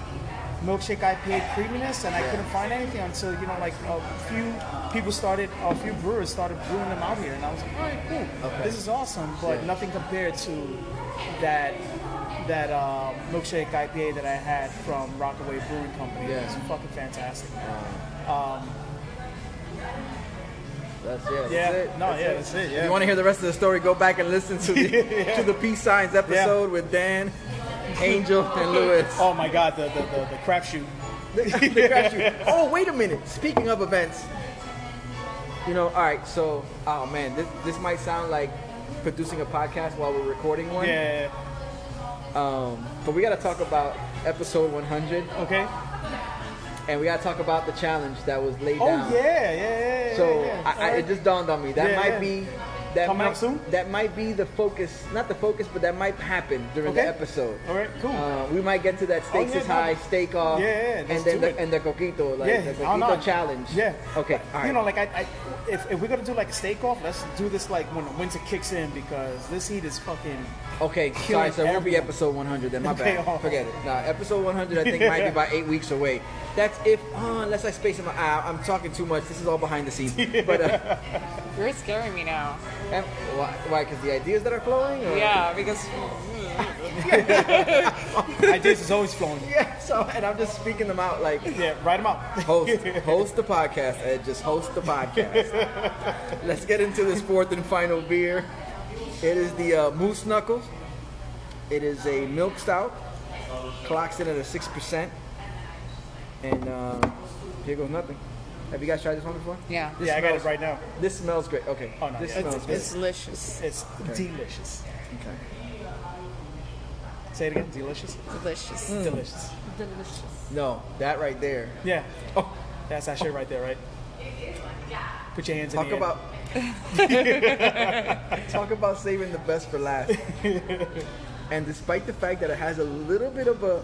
milkshake IPA creaminess, and I couldn't find anything until you know, like a few people started, a few brewers started brewing them out here, and I was like, all right, cool, Okay. this is awesome, but Yeah. nothing compared to that that um, milkshake IPA that I had from Rockaway Brewing Company. Yeah. It was fucking fantastic. That's yeah. That's Yeah, it. no, yeah, that's it. If Yeah, you want to hear the rest of the story, go back and listen *laughs* to the to the peace signs episode with Dan, Angel, and Lewis. oh my god, the the the, the crapshoot. *laughs* They crash you. Oh, wait a minute. Speaking of events, you know, all right, so, oh man, this, this might sound like producing a podcast while we're recording one. Yeah. Um, but we got to talk about episode 100, Okay. and we got to talk about the challenge that was laid Oh down. yeah, yeah, yeah. yeah, So yeah. I, I, All it right. just dawned on me that Yeah, might yeah. be that Coming might, up soon? That might be the focus, not the focus, but that might happen during the Okay. episode. All right, cool. Uh, we might get to that stakes yeah, is high, no. stake off, Yeah, yeah, and let's then do the, it. and the coquito, like the I don't know. coquito challenge. Yeah. Okay. All right. You know, like I, I if, if we're gonna do like a steak off, let's do this like when the winter kicks in because this heat is fucking. Okay, sorry, killing so it won't be everyone. episode 100 then, my Okay, bad. oh. Forget it. Nah, episode 100 I think might be about eight weeks away. That's if, oh, unless I space in my eye, I'm talking too much. This is all behind the scenes. But, uh, You're scaring me now. and why? Because the ideas that are flowing? Or? Yeah, because *laughs* Ideas is always flowing. *laughs* Yeah, so, and I'm just speaking them out like, Yeah, write them out. *laughs* host, host the podcast, Ed. Just host *laughs* the podcast. Let's get into this fourth and final beer. It is the uh, Moose Knuckles. It is a milk stout. Clocks in at a six percent. And uh, here goes nothing. Have you guys tried this one before? yeah, This yeah, I got it smells- right now. This smells great. Okay. Oh, no, this yeah, it's- smells it's delicious, It's delicious. good. Okay. Say it again. Delicious. Hmm. delicious, Delicious. delicious. No, that right there. Yeah. Oh, that's that shit right there, right? Put your hands in Talk the air. about talk about *laughs* saving the best for last. and despite the fact that it has a little bit of a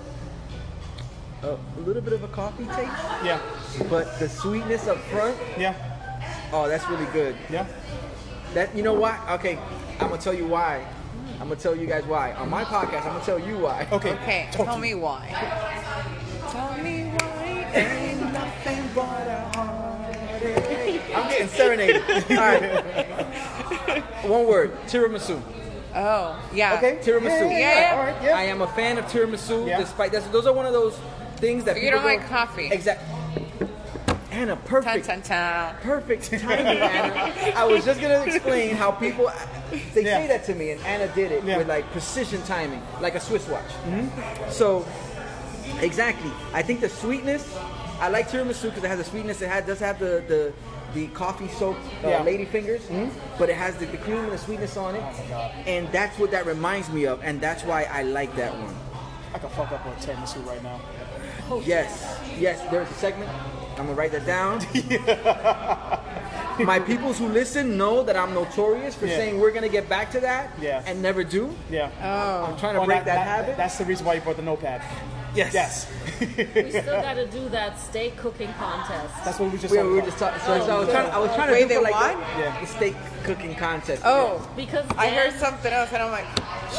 a little bit of a coffee taste, Yeah. but the sweetness up front, Yeah. oh, that's really good. Yeah. That you know why? Okay, I'm gonna tell you why. I'm gonna tell you guys why on my podcast. I'm gonna tell you why. Okay. Okay, Talk tell to me why. Tell me why. Ain't nothing but a heartache. I'm getting serenaded. All right. One word. Tiramisu. Oh, yeah. Okay, tiramisu. Yeah, yeah, yeah. All right, I am a fan of tiramisu. Yeah. Despite that's, those are one of those things that You people don't like coffee. Exactly. Anna, Tan perfect, tan tan. *laughs* perfect timing. Anna. I was just gonna explain how people uh, they Yeah. say that to me, and Anna did it Yeah. Mm-hmm. with like precision timing, like a Swiss watch. So, exactly. I think the sweetness. I like tiramisu because it has the sweetness. It has, does have the the, the coffee soaked uh, Yeah. Mm-hmm. lady fingers, but it has the, the cream and the sweetness on it. Oh And that's what that reminds me of, and that's why I like that one. I can fuck up a tiramisu right now. Yes, yes. There's a segment. I'm gonna write *laughs* that down. My peoples who listen know that I'm notorious for Yeah. saying we're gonna get back to that Yeah. and never do. Yeah. I'm trying to Oh, Uh, break that, habit. That's the reason why you brought the notepad. yes. Yes. We still got to do that steak cooking contest. That's what we just We talked were, we were about. just talking. So, so I was trying. I was trying to Wait, do they for, like won? the- Yeah. the steak cooking contest. Oh, Because I heard Dan- something else, and I'm like,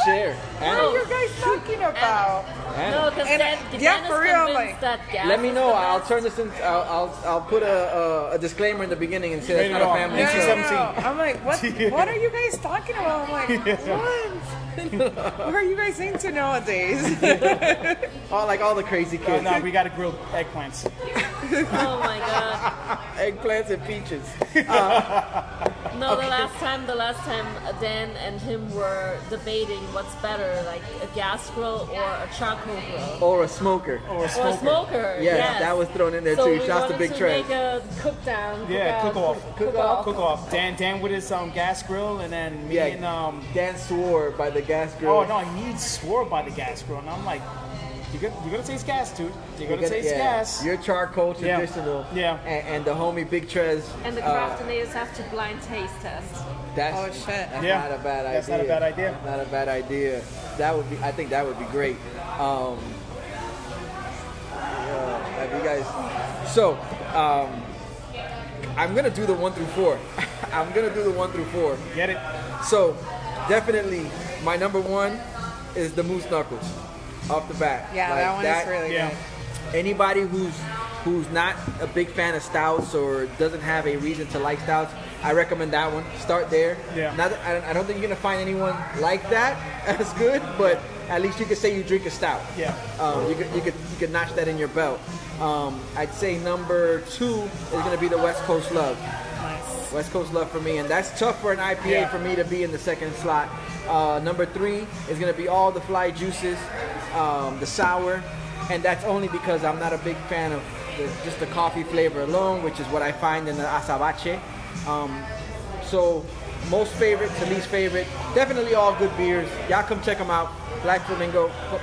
share. what are you guys talking about? No, because And, Dan, uh, Dan yeah, is for real, convinced like- that gas Let me is know. the I'll best. turn this in. I'll I'll, I'll put a, a, a disclaimer in the beginning and say that's Rated not a R. family No, no, no, show. no. I'm like, *laughs* what? What are you guys talking about? I'm *laughs* like, *laughs* what? what are you guys into *laughs* nowadays? All like all the crazy Oh, kids, no, we got to grill eggplants. Oh my god! eggplants and peaches. No, the last time, the last time uh, Dan and him were debating what's better, like a gas grill or a charcoal grill. or a smoker. Or a Or a smoker. smoker. Yes, yes. that was thrown in there so too. Shouts we to wanted Big to Trey. Make a cook down. Yeah, cook off. Cook Cook off. off. Dan Dan with his um, gas grill, and then me Yeah, and um. Dan swore by the gas grill. Oh no, he swore by the gas grill, and I'm like, you got you gonna taste gas, dude. You're You're gonna taste yeah, gas. Your charcoal Yeah. traditional. Yeah. And, and the homie Big Trez. And the uh, craftinators have to blind taste test. that's, Oh, shit. That's Yeah. not a bad idea. That's not a bad idea. That's not a bad idea. That would be. I think that would be great. Um, yeah, have you guys? So, um, I'm gonna do the one through four. *laughs* I'm gonna do the one through four. Get it? So, definitely, my number one is the Moose Knuckles, off the bat. Yeah, Like, that one is really Yeah. good. Anybody who's who's not a big fan of stouts or doesn't have a reason to like stouts, I recommend that one. Start there. Yeah. Not, I, don't, I don't think you're gonna find anyone like that *laughs* as good, but at least you could say you drink a stout. Yeah. Um, you could you could you could notch that in your belt. Um, I'd say number two is gonna be the West Coast Love. Nice. West Coast love for me, and that's tough for an IPA Yeah. for me to be in the second slot. Uh, number three is going to be all the fly juices, um, the sour, and that's only because I'm not a big fan of the, just the coffee flavor alone, which is what I find in the asabache. Um, so, most favorite to least favorite, definitely all good beers. Y'all come check them out. Black Flamingo, Oh,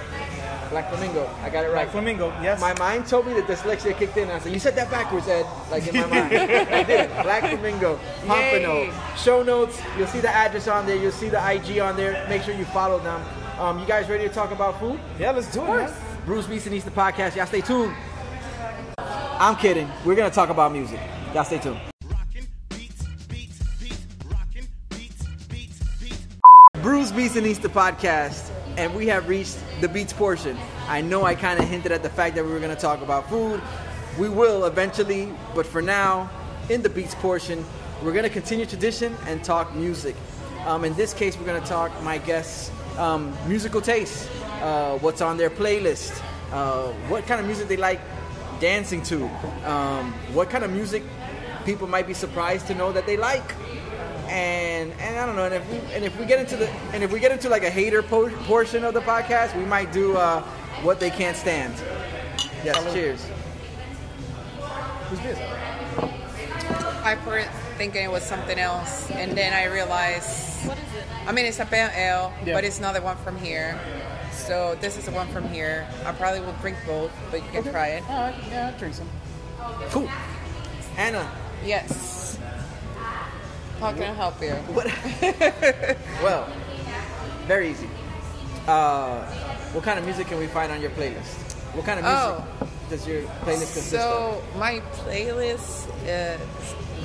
Black Flamingo. I got it right. Black Flamingo, yes. My mind told me that dyslexia kicked in. I said, "You said that backwards, Ed." Like in my mind, I did. Black Flamingo, Pompano. Yay. Show notes. You'll see the address on there. You'll see the IG on there. Make sure you follow them. Um, you guys ready to talk about food? Yeah, let's do it, man. Bruce Beeson Eats the podcast. Y'all stay tuned. I'm kidding. We're gonna talk about music. Y'all stay tuned. Rockin' beats, beats, beats, rockin' beats, beats, beats. Bruce Beats and Eats the podcast, and we have reached the beats portion. I know I kind of hinted at the fact that we were going to talk about food. We will eventually, but for now, in the beats portion, we're going to continue tradition and talk music. Um, in this case, we're going to talk my guests' um, musical tastes, uh, what's on their playlist, uh, what kind of music they like dancing to, um, what kind of music people might be surprised to know that they like and and I don't know. And if we and if we get into the and if we get into like a hater po- portion of the podcast, we might do uh, what they can't stand. Yes, cheers. I poured it thinking it was something else, and then I realized. What is it? I mean, it's a pale ale, Yeah. but it's not the one from here. So this is the one from here. I probably will drink both, but you can try it. All right, yeah, I'll drink some. Cool. Anna, Yes. How can I help you? what? well, very easy. Uh, what kind of music can we find on your playlist? What kind of music does your playlist consist of? Oh. So my playlist is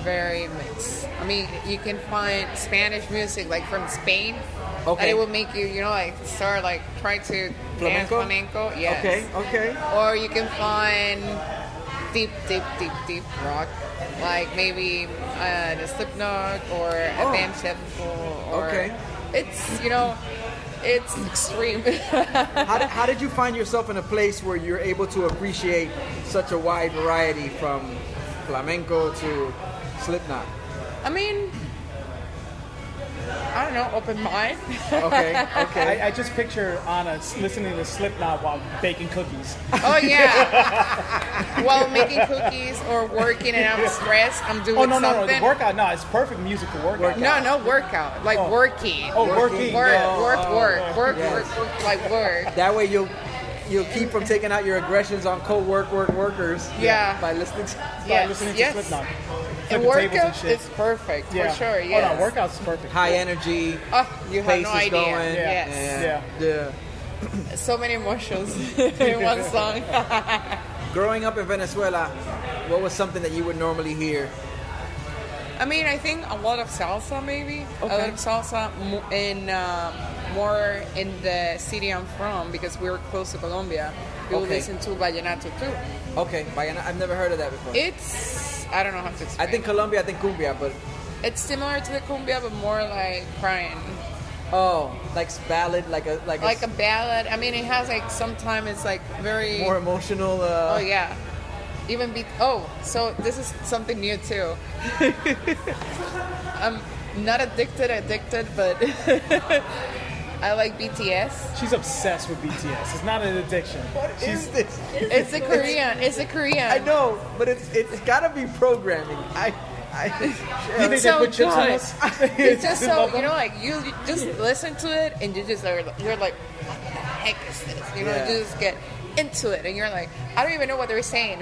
very mixed. I mean, you can find Spanish music like from Spain. Okay. And it will make you, you know, like start like try to dance Flamenco? flamenco. Yes. Okay, okay. Or you can find deep, deep, deep, deep rock, like maybe uh, the Slipknot or Oh. Advanced Sevenfold. Or Okay. It's you know, it's extreme. *laughs* How, did- how did you find yourself in a place where you're able to appreciate such a wide variety from flamenco to Slipknot? I mean, I don't know, open mind. *laughs* Okay, okay. I, I just picture Anna s- listening to Slipknot while *laughs* baking cookies. Oh yeah. *laughs* While making cookies or working and I'm stressed, I'm doing Oh no, no, no! something. The workout, no, it's perfect musical workout. no, no workout. Like Oh. working. Oh, working. Work, Oh, work, oh, work, oh. work, Yes. work, work, like work. That way you'll you'll keep from taking out your aggressions on co-work work workers. Yeah. By listening. To, Start Yes, listening to yes. Slipknot. And Flipping tables and workout shit. is perfect yeah. for sure. Oh Yes. no, workout's perfect. high energy. Oh, you have pace no is idea. going. Yes. Yeah. Yeah. yeah. So many emotions *laughs* *laughs* in one song. *laughs* Growing up in Venezuela, what was something that you would normally hear? I mean, I think a lot of salsa, maybe a Okay. lot of salsa mo- in um, more in the city I'm from because we were close to Colombia. We will Okay. listen to vallenato too. Okay, Bayana, I've never heard of that before. It's I don't know how to I explain. think Colombia, I think cumbia, but it's similar to the cumbia, but more like crying, oh, like ballad, like a like, like a ballad. I mean, it has like sometimes it's like very. more emotional. Uh, oh yeah, even be. Oh, so this is something new *laughs* too. I'm not addicted, addicted, but *laughs* I like BTS. She's obsessed with BTS. It's not an addiction. *laughs* What is She's this? It's a Korean. It's a Korean. I know, but it's it's gotta be programming. I *laughs* I. you think so they put chips on good. us? It's *laughs* *laughs* just They so love you them? know, like you you just listen to it and you just are, you're like, what the heck is this? You know, Yeah. you just get into it and you're like, I don't even know what they're saying.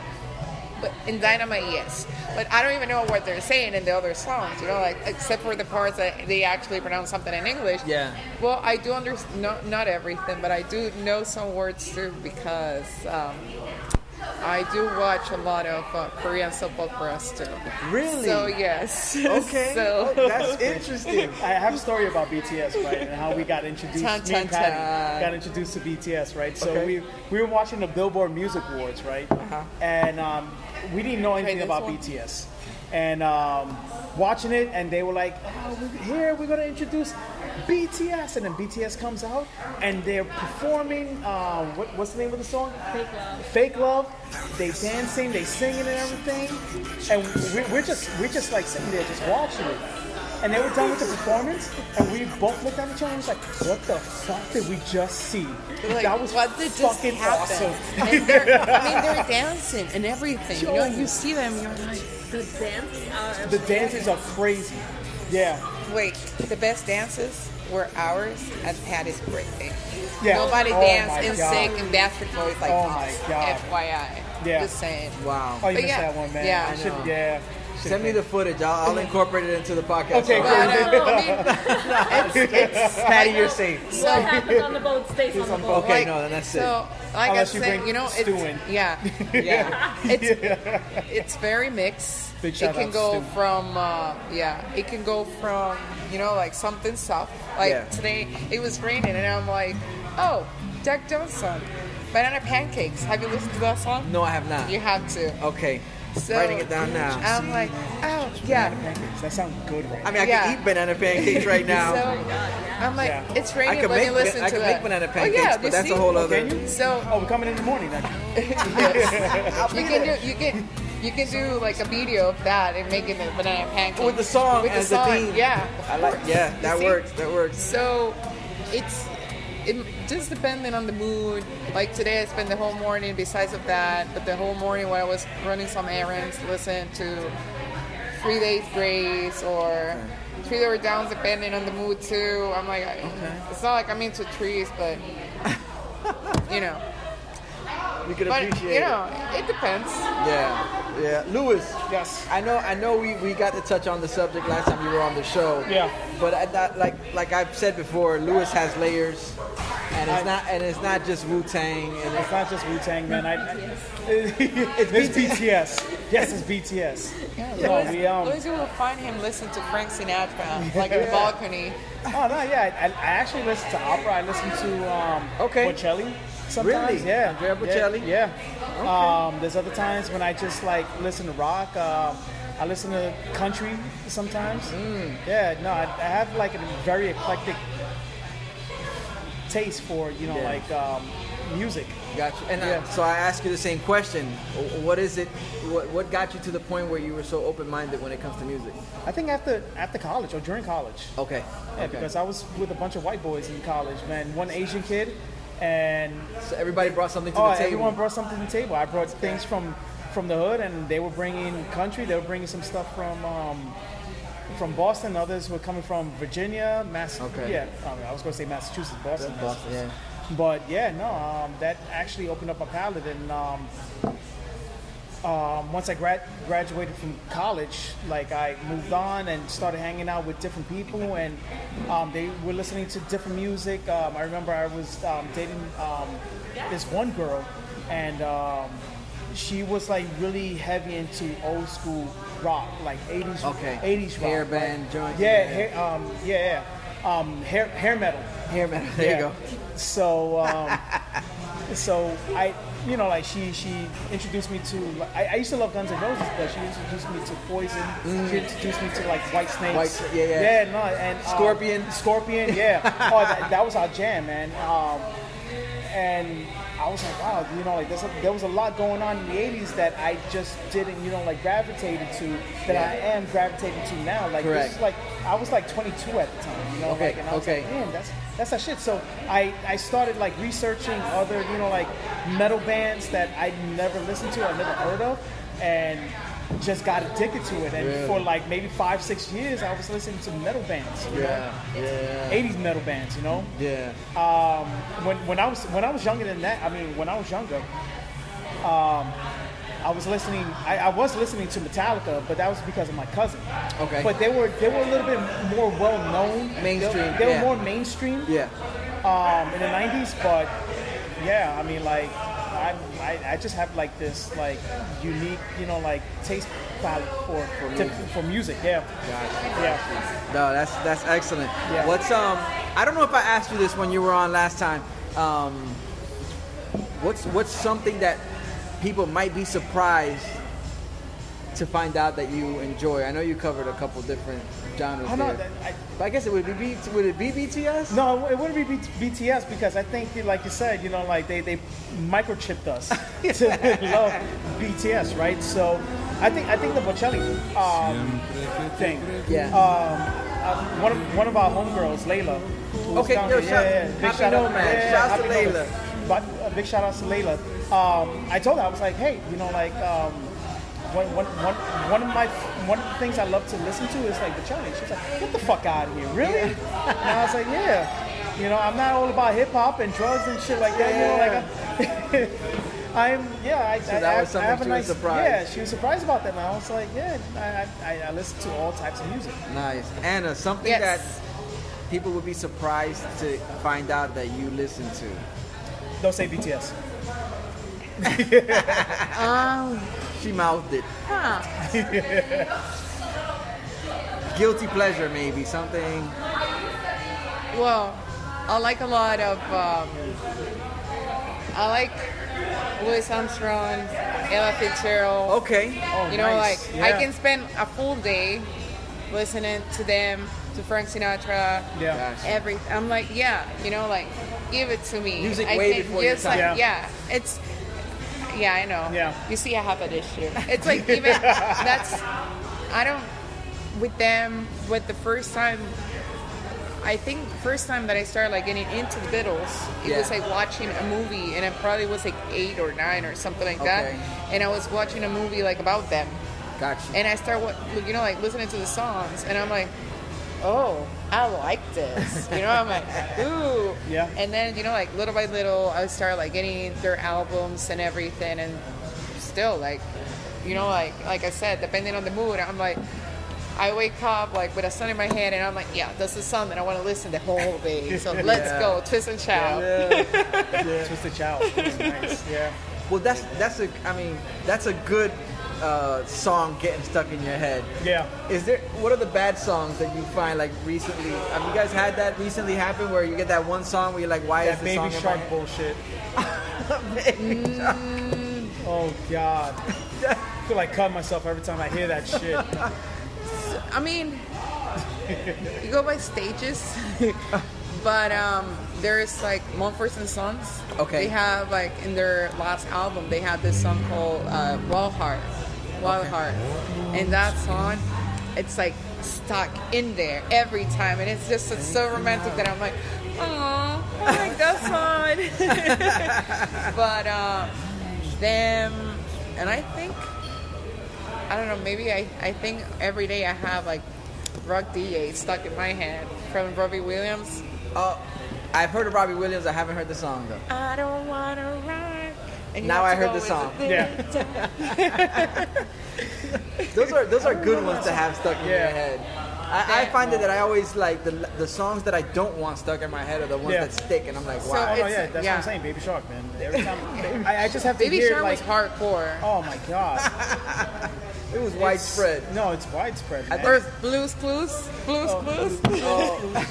But in Dynamite, yes. But I don't even know what they're saying in the other songs. You know, like except for the parts that they actually pronounce something in English. Yeah. Well, I do understand not not everything, but I do know some words too because. Um, I do watch a lot of uh, Korean soap operas too. Really? So yes. *laughs* *laughs* Okay, So oh, *laughs* that's interesting. *laughs* I have a story about BTS, right, and how we got introduced. Tan, me tan, and Patty tan. got introduced to BTS, right? So Okay. we we were watching the Billboard Music Awards, right? And um, we didn't know anything Uh-huh. this about one. BTS, and um, watching it, and they were like, oh, we're "Here, we're gonna introduce." BTS and then BTS comes out and they're performing. Uh, what, what's the name of the song? Fake love. fake love. They dancing, they singing and everything, and we're, we're just we're just like sitting there just watching it. And they were done with the performance, and we both looked at each other and was like, "What the fuck did we just see? Like, that was what did just fucking happen? awesome." *laughs* *laughs* And they're, I mean, they're dancing and everything. You know, Yo. you see them, you're like, The dance are The dances are crazy. Yeah. Wait, the best dances were ours at Patty's birthday. Yeah. Nobody Oh my danced and God. sang and basket boys like Oh my this. God. FYI. Yeah. Just saying. Wow. Oh, you But missed yeah. that one, man. Yeah, I I should, know. yeah. Should- Send me the footage. I'll, I'll incorporate it into the podcast. Okay, But I don't know, I mean, *laughs* Patty, you're safe. What happened on the boat stays on the boat. Okay, like, no, then that's so, like Unless I you said, bring you know, it's stew in. yeah, it. *laughs* Yeah. it's it's very mixed. Big it shout can out to go Stu. from uh, yeah, it can go from you know like something soft. Like Yeah. today, it was raining, and I'm like, oh, Jack Johnson, banana pancakes. Have you listened to that song? No, I have not. You have to. Okay. So, Writing it down now. I'm like, oh yeah. Pancakes. That sounds good right I mean, I yeah. can eat banana pancakes right now. So I'm like, Yeah. it's I raining can when make you listen I to can that. make banana Oh, pancakes, yeah, you but that's see? a whole now. other. Can you? So Oh, we're coming in the morning. Like, Yes. you can do you can you can do like a video of that and making the banana pancake With the song as the theme. Yeah, I like. Yeah, You that see? works. That works. So it's it, just depending on the mood. Like today, I spent the whole morning. Besides of that, but the whole morning when I was running some errands, listening to Three Days Grace or Three Door Downs, depending on the mood too. I'm like, I- it's not like I'm into trees, but you *laughs* know, You can but appreciate. you it. know, it depends. Yeah. Yeah. Lewis. yes. I know, I know. We, we got to touch on the subject last time you were on the show. Yeah. But I, that, like like I've said before, Lewis has layers, and it's I- not and it's not just Wu Tang. And It's not just Wu Tang, man. I, It's *laughs* it's, BTS. Yes, it's BTS. No, we um. Louis will find him listen to Frank Sinatra, *laughs* like in the balcony. Oh no, yeah. I, I actually listen to opera. I listen to um. Okay. Bocelli. Sometimes, Really? yeah. Andrea yeah, Bocelli? Yeah. Um, there's other times when I just like listen to rock. Um, I listen to country sometimes. Mm. Yeah. No, I, I have like a very eclectic taste for you know Yeah. like um, music. Got you. And I- Yeah. so I ask you the same question. Wh- What is it? What, what got you to the point where you were so open-minded when it comes to music? I think after after college or during college. Okay. Yeah, okay. because I was with a bunch of white boys in college, man. One Asian kid, and so everybody brought something to oh, the table. everyone brought something to the table. I brought things from from the hood, and they were bringing country. They were bringing some stuff from um, from Boston. Others were coming from Virginia, Mass. Okay. Yeah, um, I was going to say Massachusetts, Boston. Boston, yeah. But yeah, no, um, that actually opened up my palate, and um, um, once I grad- graduated from college, like I moved on and started hanging out with different people, and um, they were listening to different music. Um, I remember I was um, dating um, this one girl, and um, she was like really heavy into old school rock, like 80s, Okay. 80s rock, Hair like- band, joint, yeah, yeah. hair, um, yeah, yeah, um, hair, hair metal. Here, man. *laughs* There you Yeah. go. So, um, *laughs* so I, you know, like she she introduced me to. like, I, I used to love Guns N' Roses, but she introduced me to Poison. She introduced me to like White Snakes. Mm. White Snake, yeah, yeah. no, and um, Scorpion. Scorpion, *laughs* yeah. oh, that, that was our jam, man. Um, and I was like, wow, you know, like there's a, there was a lot going on in the '80s that I just didn't, you know, like gravitated to that Yeah. I am gravitating to now. Like Correct. this, is like I was like 22 at the time, you know, Okay, like, and I was okay. like, man, that's that's that shit. So I I started like researching other, you know, like metal bands that I never listened to, I never heard of, and just got addicted to it. And for like maybe five, six years, I was listening to metal bands, you know, Yeah. Yeah. 80s metal bands, you know Yeah. when, when I was when I was younger than that, I mean, when I was younger, um, I was listening. I, I was listening to Metallica, but that was because of my cousin. Okay. But they were they were a little bit more well known. Mainstream, They, they yeah. were more mainstream. Yeah. Um, in the '90s, but yeah, I mean, like I, I I just have like this like unique, you know, like taste palette for for music. music. for music. Yeah. Yeah. No, that's that's excellent. Yeah. What's um? I don't know if I asked you this when you were on last time. Um, what's what's something that people might be surprised to find out that you enjoy? I know you covered a couple different genres I know there, that I, but I guess it would be B- would it be BTS? No, it wouldn't be B- BTS because I think, like you said, you know, like they, they microchipped *laughs* us to love BTS, right? So I think I think the Bocelli um, thing. Yeah. Uh, one of one of our homegirls, Layla. who was Okay, down yo, here. shout- Big Happy shout out- Nomad. Shouts to Happy Nomad. Layla. But, uh, big shout out to Layla. Um, I told her I was like, hey, you know, like um, one, one, one, one of my one of the things I love to listen to is like the challenge. She's like, get the fuck out of here, really? And I was like, yeah. You know, I'm not all about hip hop and drugs and shit like that. You know, like I'm, *laughs* I'm yeah. I, I, that I- was I something have a she was nice surprised. Yeah, she was surprised about that, and I was like, yeah, I, I, I listen to all types of music. Nice. Anna, something Yes. that people would be surprised to find out that you listen to. Don't say BTS. She mouthed it. Huh. Guilty pleasure, maybe. Something. Well, I like a lot of. Um, I like Louis Armstrong, Ella Fitzgerald. Okay. Oh, you know, nice. like yeah. I can spend a full day listening to them, to Frank Sinatra. Yeah. Gosh. Every I'm like, yeah, you know, like give it to me. Music I way can before your just, time. Like, yeah. it's. Yeah, I know. Yeah. You see, I have an issue. It's like even *laughs* that's. I don't with them. With the first time. I think the first time that I started like getting into the Beatles, it Yeah. was like watching a movie, and I probably was like eight or nine or something like Okay. that. And I was watching a movie like about them, Gotcha. and I start what you know like listening to the songs, and I'm like, oh, I like this. You know, I'm *laughs* like, ooh. Yeah. And then you know like little by little, I start like getting their albums and everything, and still like, you know like like I said, depending on the mood, I'm like. I wake up like with a sun in my head, and I'm like, "Yeah, this is something I want to listen the whole day." *laughs* So let's Yeah. go, twist and shout. Twisted Child. That's *laughs* nice. Yeah. Well, that's that's a. I mean, that's a good uh, song getting stuck in your head. Yeah. Is there? What are the bad songs that you find like recently? Have you guys had that recently happen where you get that one song where you're like, why is That baby this song in my shark head? bullshit. Mm. Oh God. I feel like cutting myself every time I *laughs* hear that shit. Oh, I mean, you go by stages, *laughs* but um, there's like Mumford and Sons. Okay. They have like in their last album, they had this song called uh, Wild Heart, Wild Heart, and that song, it's like stuck in there every time, and it's just it's so romantic that I'm like, oh, I like that song. *laughs* but um, them, and I think I don't know. Maybe I, I think every day I have like Rock DA stuck in my head from Robbie Williams. Uh, I've heard of Robbie Williams. I haven't heard the song though. I don't wanna rock. And you Now have to I heard go the with song. Yeah. Those are those are good ones to have stuck in Yeah. your head. I, I find it that I always like the the songs that I don't want stuck in my head are the ones Yeah. that stick, and I'm like, So wow. Oh no, It's- yeah, that's what yeah. I'm saying, baby shark, *laughs* man. Every time I, I just have to Baby hear Shark like, was hardcore. oh my God, *laughs* it was widespread. It's- no, it's widespread. Man. Or Blues Clues. Blues Clues. oh,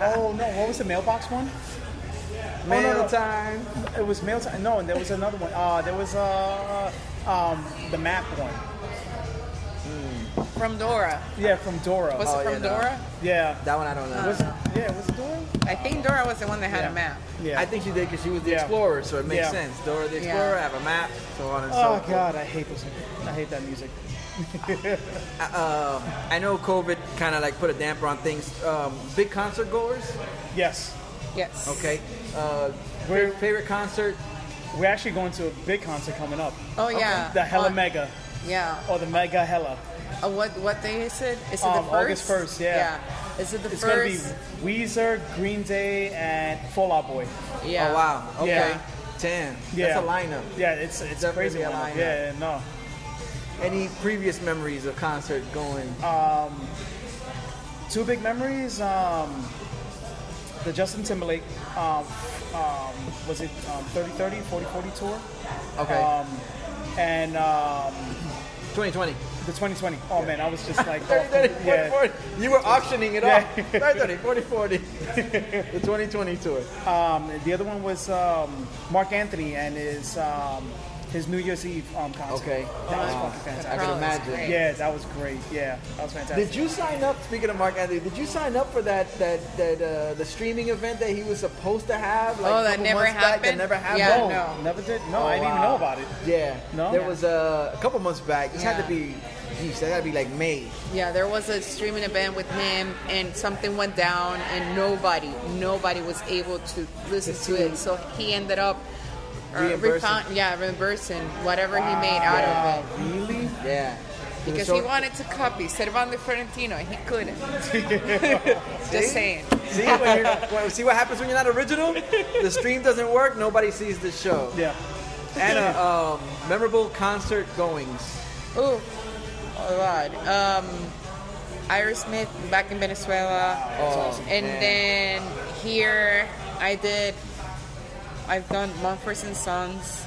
oh, no, what was the mailbox one? no, Mail Oh, no. time. It was mail time. No, and there was another one. Uh, there was uh, um, the map one. From Dora. Yeah, from Dora. Was Oh, it from yeah, no. Dora? yeah. That one I don't know. Was yeah, was it Dora? I think Dora was the one that had a map. Yeah. I think she did because she was the Yeah. explorer, so it makes Yeah. sense. Dora the Yeah. explorer, I have a map, so on and so Oh forth. God, I hate this. I hate that music. I know COVID kind of like put a damper on things. Um, big concert goers, Yes, Yes. okay. Uh, Where- favorite, favorite concert? we're actually going to a big concert coming up. Uh, Oh yeah. The Hella Oh, Uh, Mega Yeah. or the Mega Hella. Uh, what what day is it? Is it Um, the first? August 1st, yeah. Yeah. Is it the It's gonna be first? Weezer, Green Day, and Fall Out Boy. Yeah. Oh wow. Okay. Yeah. Damn. Yeah. That's a lineup. Yeah, it's it's Definitely crazy. a lineup. lineup. Yeah, no. Any previous memories of concert going? Uh, Two big memories. Um, the Justin Timberlake, um, um, was it um, 30-30, 40-40 tour, okay. um, and um, 2020. the 2020. Oh man, I was *laughs* just like, oh, 30, 30, 40, yeah. 40. You were auctioning it Yeah. off. *laughs* 30, 30, *laughs* 40, 40. the 2020 tour. Um, the other one was um, Mark Anthony and his um, his New Year's Eve um, concert. Okay. that was Wow. fucking I fantastic. can Crowd was imagine. great. Yeah, that was great. Yeah, that was fantastic. Did you sign up? Speaking of Mark Anthony, did you sign up for that that that uh, the streaming event that he was supposed to have? Like, Oh, a that couple never months back That happened? never happened. Yeah, no, no. never did. No, Oh, I didn't even wow. know about it. Yeah. No? There Yeah. was uh, a couple months back. This had to Yeah. be, geez, that got to be like May. Yeah, there was a streaming event with him, and something went down, and nobody, nobody was able to listen to it. So he ended up uh, Reimbursing. refund- yeah, reimbursing whatever he made out of Wow, really? it. Yeah. Because he wanted to copy Servando Florentino and he *laughs* couldn't. See? Just saying. See, when you're, *laughs* well, see what happens when you're not original? The stream doesn't work, nobody sees the show. Yeah. And uh, um, memorable concert goings. Ooh, a lot. Um, Iris Smith back in Venezuela, awesome. and Oh, Man. then here I did. I've done Mumford and Sons,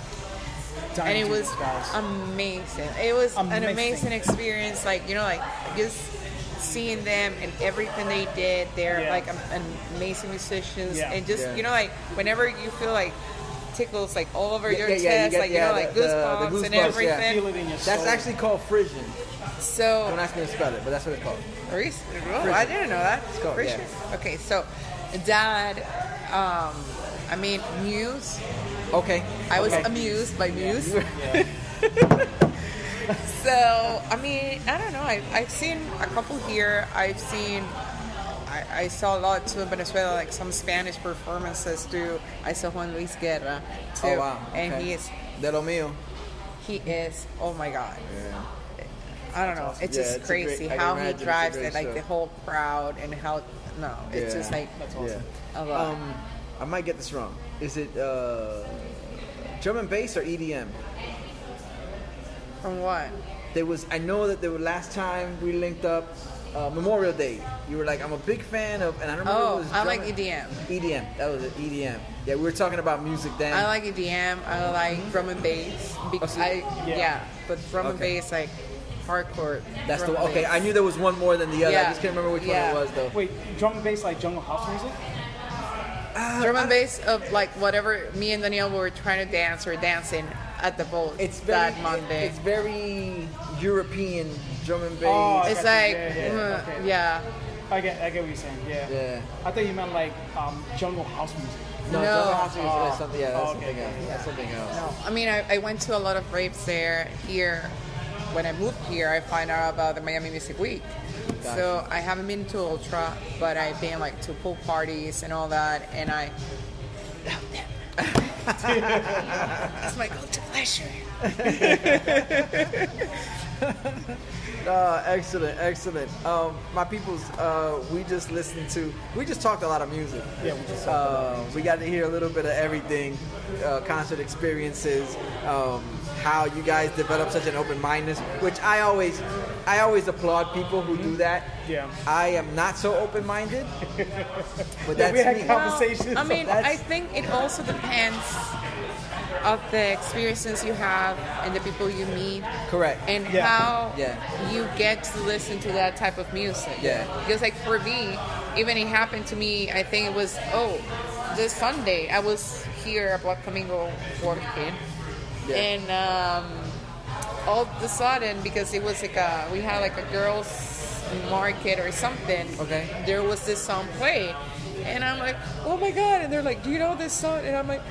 and it was um, amazing. It was an Amazing. amazing experience. Like you know, like just seeing them and everything they did. They're Yeah. like am- am- amazing musicians, Yeah. and just Yeah. you know, like whenever you feel like tickles like all over Yeah, your yeah, chest, yeah, you get- like you yeah, know, the- like the- the goosebumps, goosebumps, and yeah. everything. Feel it in your That's soul. actually called Frisian. So Don't ask me to spell it, but that's what it's called. Reese- Oh, I didn't know that. go, For yeah. sure. Okay, so Dad, um, I mean, Muse. Okay. I was Okay. amused by Muse. *laughs* *laughs* so, I mean, I don't know. I, I've seen a couple here. I've seen, I, I saw a lot too in Venezuela, like some Spanish performances too. I saw Juan Luis Guerra too. Oh, wow. And okay. he is, De lo mío. he is, oh my God. I don't know. It's Yeah, just it's a great- crazy I can how imagine he it's a drives great it, like show. the whole crowd and how, no, it's Yeah. just like, Yeah. I love it. Um, I might get this wrong. Is it uh, drum and bass or E EDM? From what? There was. I know that there were last time we linked up uh, Memorial Day. You were like, I'm a big fan of, and I don't remember. Oh, it was I drum like and- EDM. EDM. That was it. EDM. Yeah, we were talking about music then. I like EDM. I like drum and bass. Because Oh, see. I, yeah. but drum and Okay. bass like hardcore. That's the drum and one. Okay, bass. I knew there was one more than the other. I Yeah. just can't remember which Yeah. one it was though. Wait, drum and bass like jungle house music? drum and bass of like whatever me and Danielle were trying to dance or dancing at the boat It's very that Monday. It's very European drum and Oh, bass. It's Yeah, like yeah, mm, okay. yeah. I get, I get what you're saying. Yeah. Yeah. I thought you meant like um, jungle house music. no, no. drum and bass is is something. Yeah, that's Oh, okay, something else. okay. That's something else. No, I mean, I, I went to a lot of raves there. Here, when I moved here, I find out about the Miami Music Week. So I haven't been to Ultra, but I've been like to pool parties and all that, and I. That's my guilty pleasure. Uh, excellent, excellent. Um, my peoples, uh, we just listened to, we just talked a lot of music. Yeah, we *laughs* just uh, We got to hear a little bit of everything, uh, concert experiences, um, how you guys develop such an open mindedness, which I always, I always applaud people who do that. Yeah. I am not so open *laughs* minded, but Yeah, that's we had me. conversations. I mean, That's- I think it also depends of the experiences you have and the people you meet. Correct. And Yeah. how Yeah. you get to listen to that type of music. Yeah. Because like for me, even it happened to me, I think it was oh, this Sunday I was here at Black Flamingo working. Yeah. And um all of a sudden because it was like a we had like a girls market or something Okay. there was this song played and i'm like oh my god and they're like do you know this song and i'm like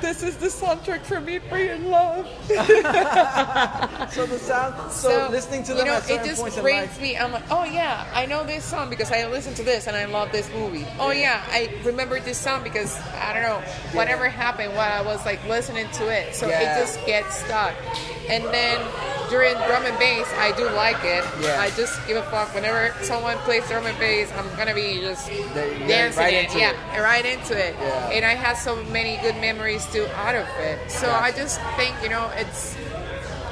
this is the soundtrack for me free in love so the sound, so, listening to you them know at certain it just points in brings life. me i'm like oh yeah i know this song because i listened to this and i love this movie oh yeah i remember this song because i don't know whatever happened while i was like listening to it so Yeah. it just gets stuck and then during drum and bass i do like it Yeah. i just give a fuck whenever someone plays drum and bass i'm gonna be just There you go, dancing right it into yeah it. right into it. Yeah. And I had so many good memories too out of it. So I just think, you know, it's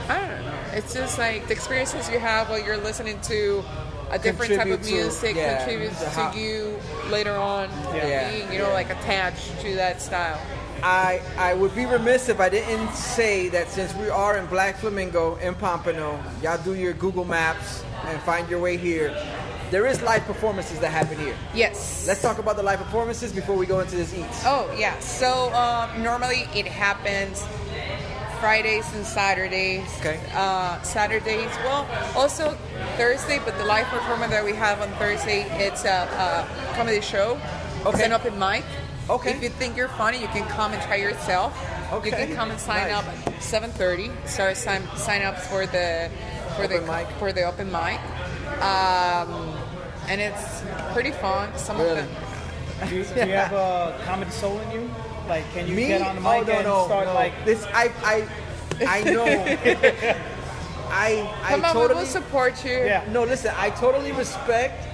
I don't know. It's just like the experiences you have while you're listening to a different type Contribute of to- music yeah, contributes to how- to you later on Yeah. being, you know, like attached to that style. I, I would be remiss if I didn't say that since we are in Black Flamingo in Pompano, y'all do your Google Maps and find your way here. There is live performances that happen here. Yes. Let's talk about the live performances before we go into this eats. Oh yeah. So um, normally it happens Fridays and Saturdays. Okay. Uh, Saturdays. Well, also Thursday, but the live performance that we have on Thursday, it's a, a comedy show. It's Okay. an open mic. Okay. If you think you're funny, you can come and try yourself. You Okay. can come and sign Nice. up at 7:30. Start sign sign up for the for the Open mic. for the open mic. Um, and it's pretty fun. Some of Really? them. Do you, do you have a comedy soul in you? Like, can you Me? get on the oh, mic no, and no, start no. *laughs* like? this. I I I know. I I Come on, totally we will support you. Yeah. No, listen, I totally respect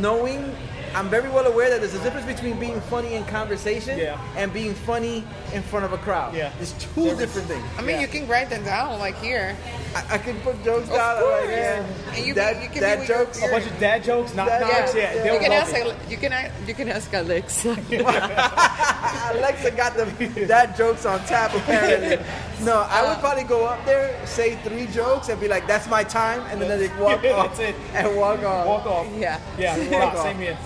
knowing. I'm very well aware that there's a difference between being funny in conversation Yeah. and being funny in front of a crowd. Yeah. There's two different things. I mean, you can write them down, like here. I, I can put jokes down. I'm Like, course. yeah. And you that, can- you can be that with your jokes. A bunch of dad jokes, knock Dad knocks. jokes, Yeah, yeah. they'll You can love ask. it. Ale- You can. a- You can ask *laughs* Alexa. *laughs* Alexa got *laughs* the dad jokes on tap *laughs* apparently. No, I would probably go up there, say three jokes, and be like, "That's my time," and then they *laughs* walk Yeah, off. that's it. And walk off. Walk off. yeah. *laughs* Yeah, Walk wow, off. same here.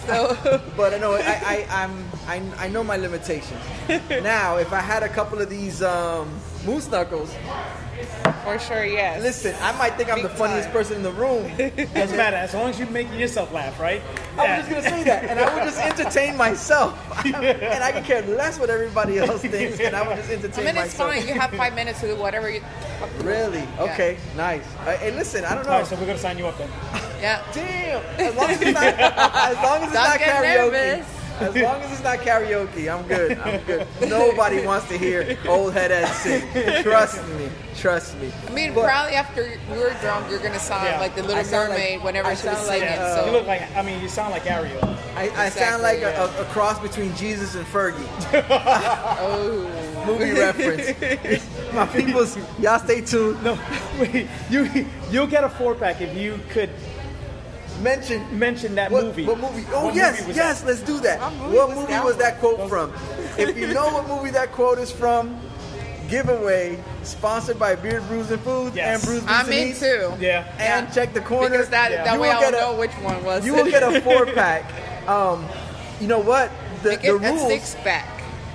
But I know I, I, I'm I, I know my *laughs* limitations. now, if I had a couple of these um, moose knuckles, For sure. Yes. listen, I might think I'm the Big funniest time. person in the room. *laughs* Doesn't matter as long as you're making yourself laugh, right? I was Oh, just gonna say that, and I would just entertain myself, *laughs* and I could care less what everybody else thinks, and I would just I entertain mean, it's myself. fine. You have five minutes to do whatever you. Really? Okay. Nice. Uh, hey, listen, I don't know. All right, so we're gonna sign you up then. Yeah. Damn. As long as *laughs* it's not, as long as it's Don't not get karaoke. nervous. As long as it's not karaoke, I'm good. I'm *laughs* good. Nobody wants to hear old head ass sing. Trust me. Trust me. I mean, But- probably after we're drunk, you're gonna sound Yeah. like the I Little sound like- Mermaid whenever I she was sound like, singing. uh, so You look like I mean, you sound like Ariel. I, I sound Exactly, like yeah. a, a, a cross between Jesus and Fergie. *laughs* oh, Movie reference. *laughs* My peoples, y'all stay tuned. No, *laughs* wait, you you get a four pack if you could Mention mention that What movie. What movie? Oh What yes, movie was yes. that? Let's do that. What What movie movie, was was, that that one? *laughs* quote from? if you know what movie that quote is from, giveaway sponsored by Beard Brews and Foods Yes. and Brews I'm Beats and in Eats, too. Yeah. And Yeah. check the corner Because that Yeah. that You way will I'll get a- know which one was. You it. *laughs* will get a four pack. Um, you know what? The, Make the it a rules. six pack.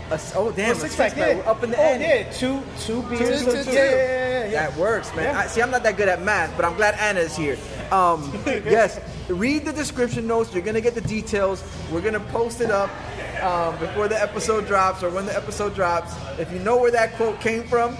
a s- oh damn, Oh, a six six pack, yeah. We're up in the oh, end. yeah, two two beers. two, of two. Yeah, yeah, yeah, yeah. That works, man. Yeah. I, see, I'm not that good at math, but I'm glad Anna's here. *laughs* Um, yes, read the description notes. You're gonna get the details. We're gonna post it up um, before the episode drops or when the episode drops. If you know where that quote came from,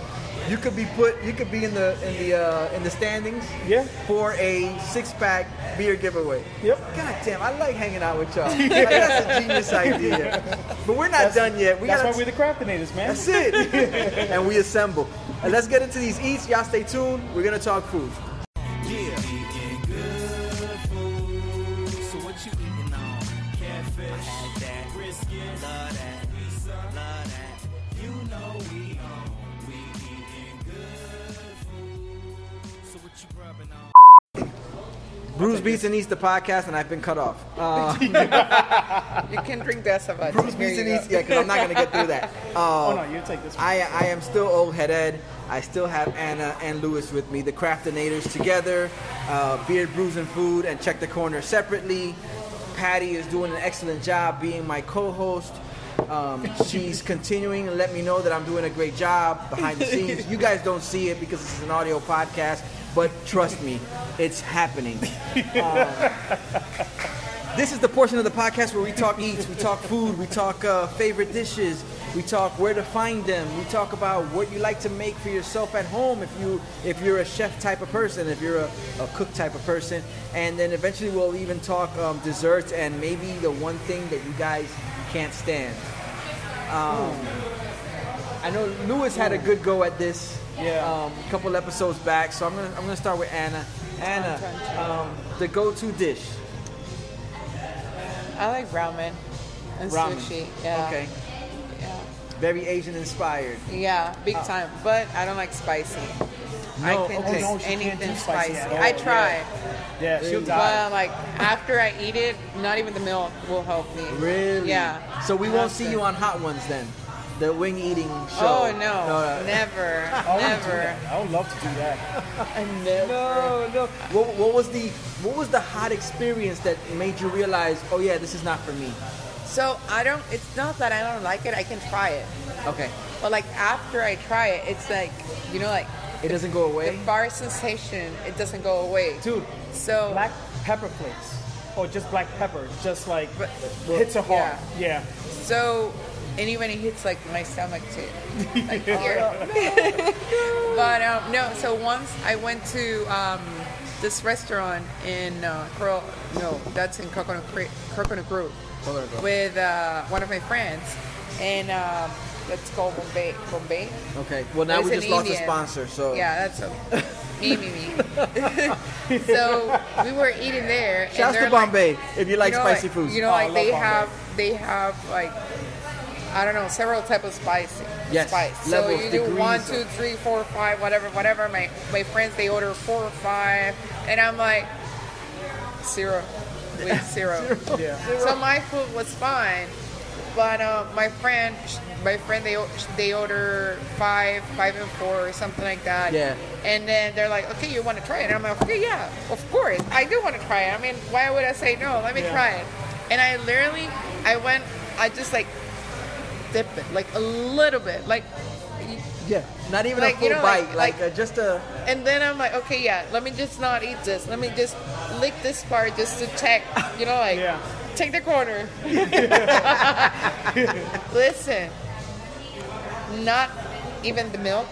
you could be put. You could be in the in the uh, in the standings. Yeah. For a six pack beer giveaway. Yep. God damn, I like hanging out *laughs* with y'all. Like, that's a genius idea. But we're not done yet. We That's gotta why we're the craftinators, man. that's it. *laughs* and we assemble. And let's get into these eats. Y'all stay tuned. We're gonna talk food. Yeah. Eating good food. So what you eating on? Catfish. I had that. Brisket. Love that. Pizza. Love that. You know we on. We eating good food. So what you rubbing on? Bruce Beats and Eats, the podcast, and I've been cut off. Uh, You can drink the Savage. Bruce Beats and Eats, yeah, because I'm not gonna get through that. Oh Uh, no, you take this. One. I, I am still old head Ed. I still have Anna and Lewis with me. The Craftinators together, uh, Beard, Brews, and Food, and Check the Corner separately. Patty is doing an excellent job being my co-host. Um, she's continuing to let me know that I'm doing a great *laughs* job behind the scenes. You guys don't see it because it's an audio podcast, but trust me, it's happening. This is the portion of the podcast where we talk eats, we talk food, we talk uh, favorite dishes, we talk where to find them, we talk about what you like to make for yourself at home if you if you're a chef type of person, if you're a, a cook type of person, and then eventually we'll even talk um, desserts and maybe the one thing that you guys can't stand. Um, I know Lewis had a good go at this. Yeah. Um, a couple episodes back, so I'm gonna I'm gonna start with Anna. Anna, um, the go-to dish. I like ramen and Ramen. sushi. Yeah. Okay. Yeah. Very Asian inspired. Yeah, big time. But I don't like spicy. I can okay. taste Oh, no, she can't anything do spicy spicy. at I all. try, yeah, she'll die. but like after I eat it, not even the milk will help me. Really? Yeah. So we won't That's see it. you on Hot Ones then, the wing eating show. Oh no! Never, I would do never, that. I would love to do that. I never. No, no. What, what was the what was the hot experience that made you realize? Oh yeah, this is not for me. So I don't. It's not that I don't like it. I can try it, Okay, but like after I try it, it's like you know, like it doesn't go the away. bar sensation. It doesn't go away. Dude, So black pepper flakes. Or just black pepper, just like But- hits her hard. Yeah. So, and even it hits like my stomach too, like here. *laughs* but um, no, so once I went to um, this restaurant in uh, Coral, no, that's in Coconut Creek, Coconut Grove, Coconut Grove. with uh, one of my friends, and um, let's call Bombay, Bombay. Okay. Well now It's we in just lost a India. sponsor, so *laughs* Yeah, that's okay. me, me, me. *laughs* so we were eating there. and Shouts to they're like- Bombay if you like know, spicy like- foods. You know, Oh, like I love they Bombay. have they have like I don't know several types of spicy. Yes, Spice. So levels, you do one, degrees two, three, four, five, whatever, whatever. My my friends they order four or five, and I'm like zero, *laughs* with zero. Yeah. So my food was fine, but uh, my friend, my friend, they o- they order five, five and four, or something like that. Yeah. And then they're like, "Okay, you want to try it?" And I'm like, "Okay, yeah, of course, I do want to try it. I mean, why would I say no? Let me Yeah. try it." And I literally, I went, I just like dipped it, like a little bit, like. Yeah, not even Like, a you full know, like- bite, like, like- uh, just a. And then I'm like, okay, yeah, let me just not eat this. Let me just lick this part just to check, you know, like, Yeah. take the *laughs* corner. Listen, not even the milk.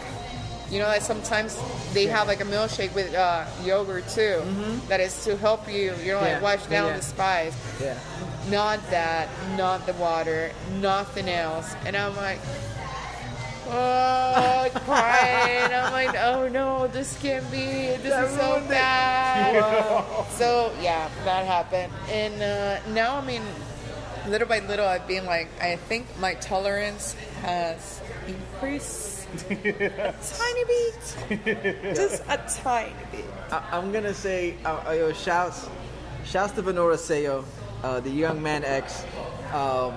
You know, like sometimes they have like a milkshake with uh, yogurt too, that is to help you, you know, Mm-hmm. Yeah, like wash yeah, down yeah. the spice. Yeah. Not that, not the water, nothing else. And I'm like, oh, crying. I'm like, oh no, this can't be. This is so bad. so yeah, that happened. And uh, now, I mean, little by little, I've been like, I think my tolerance has *laughs* increased a tiny bit, just a tiny bit. I, I'm gonna say uh, uh, yo, shouts, shouts to Venora Sayo, uh, the young man X. Um,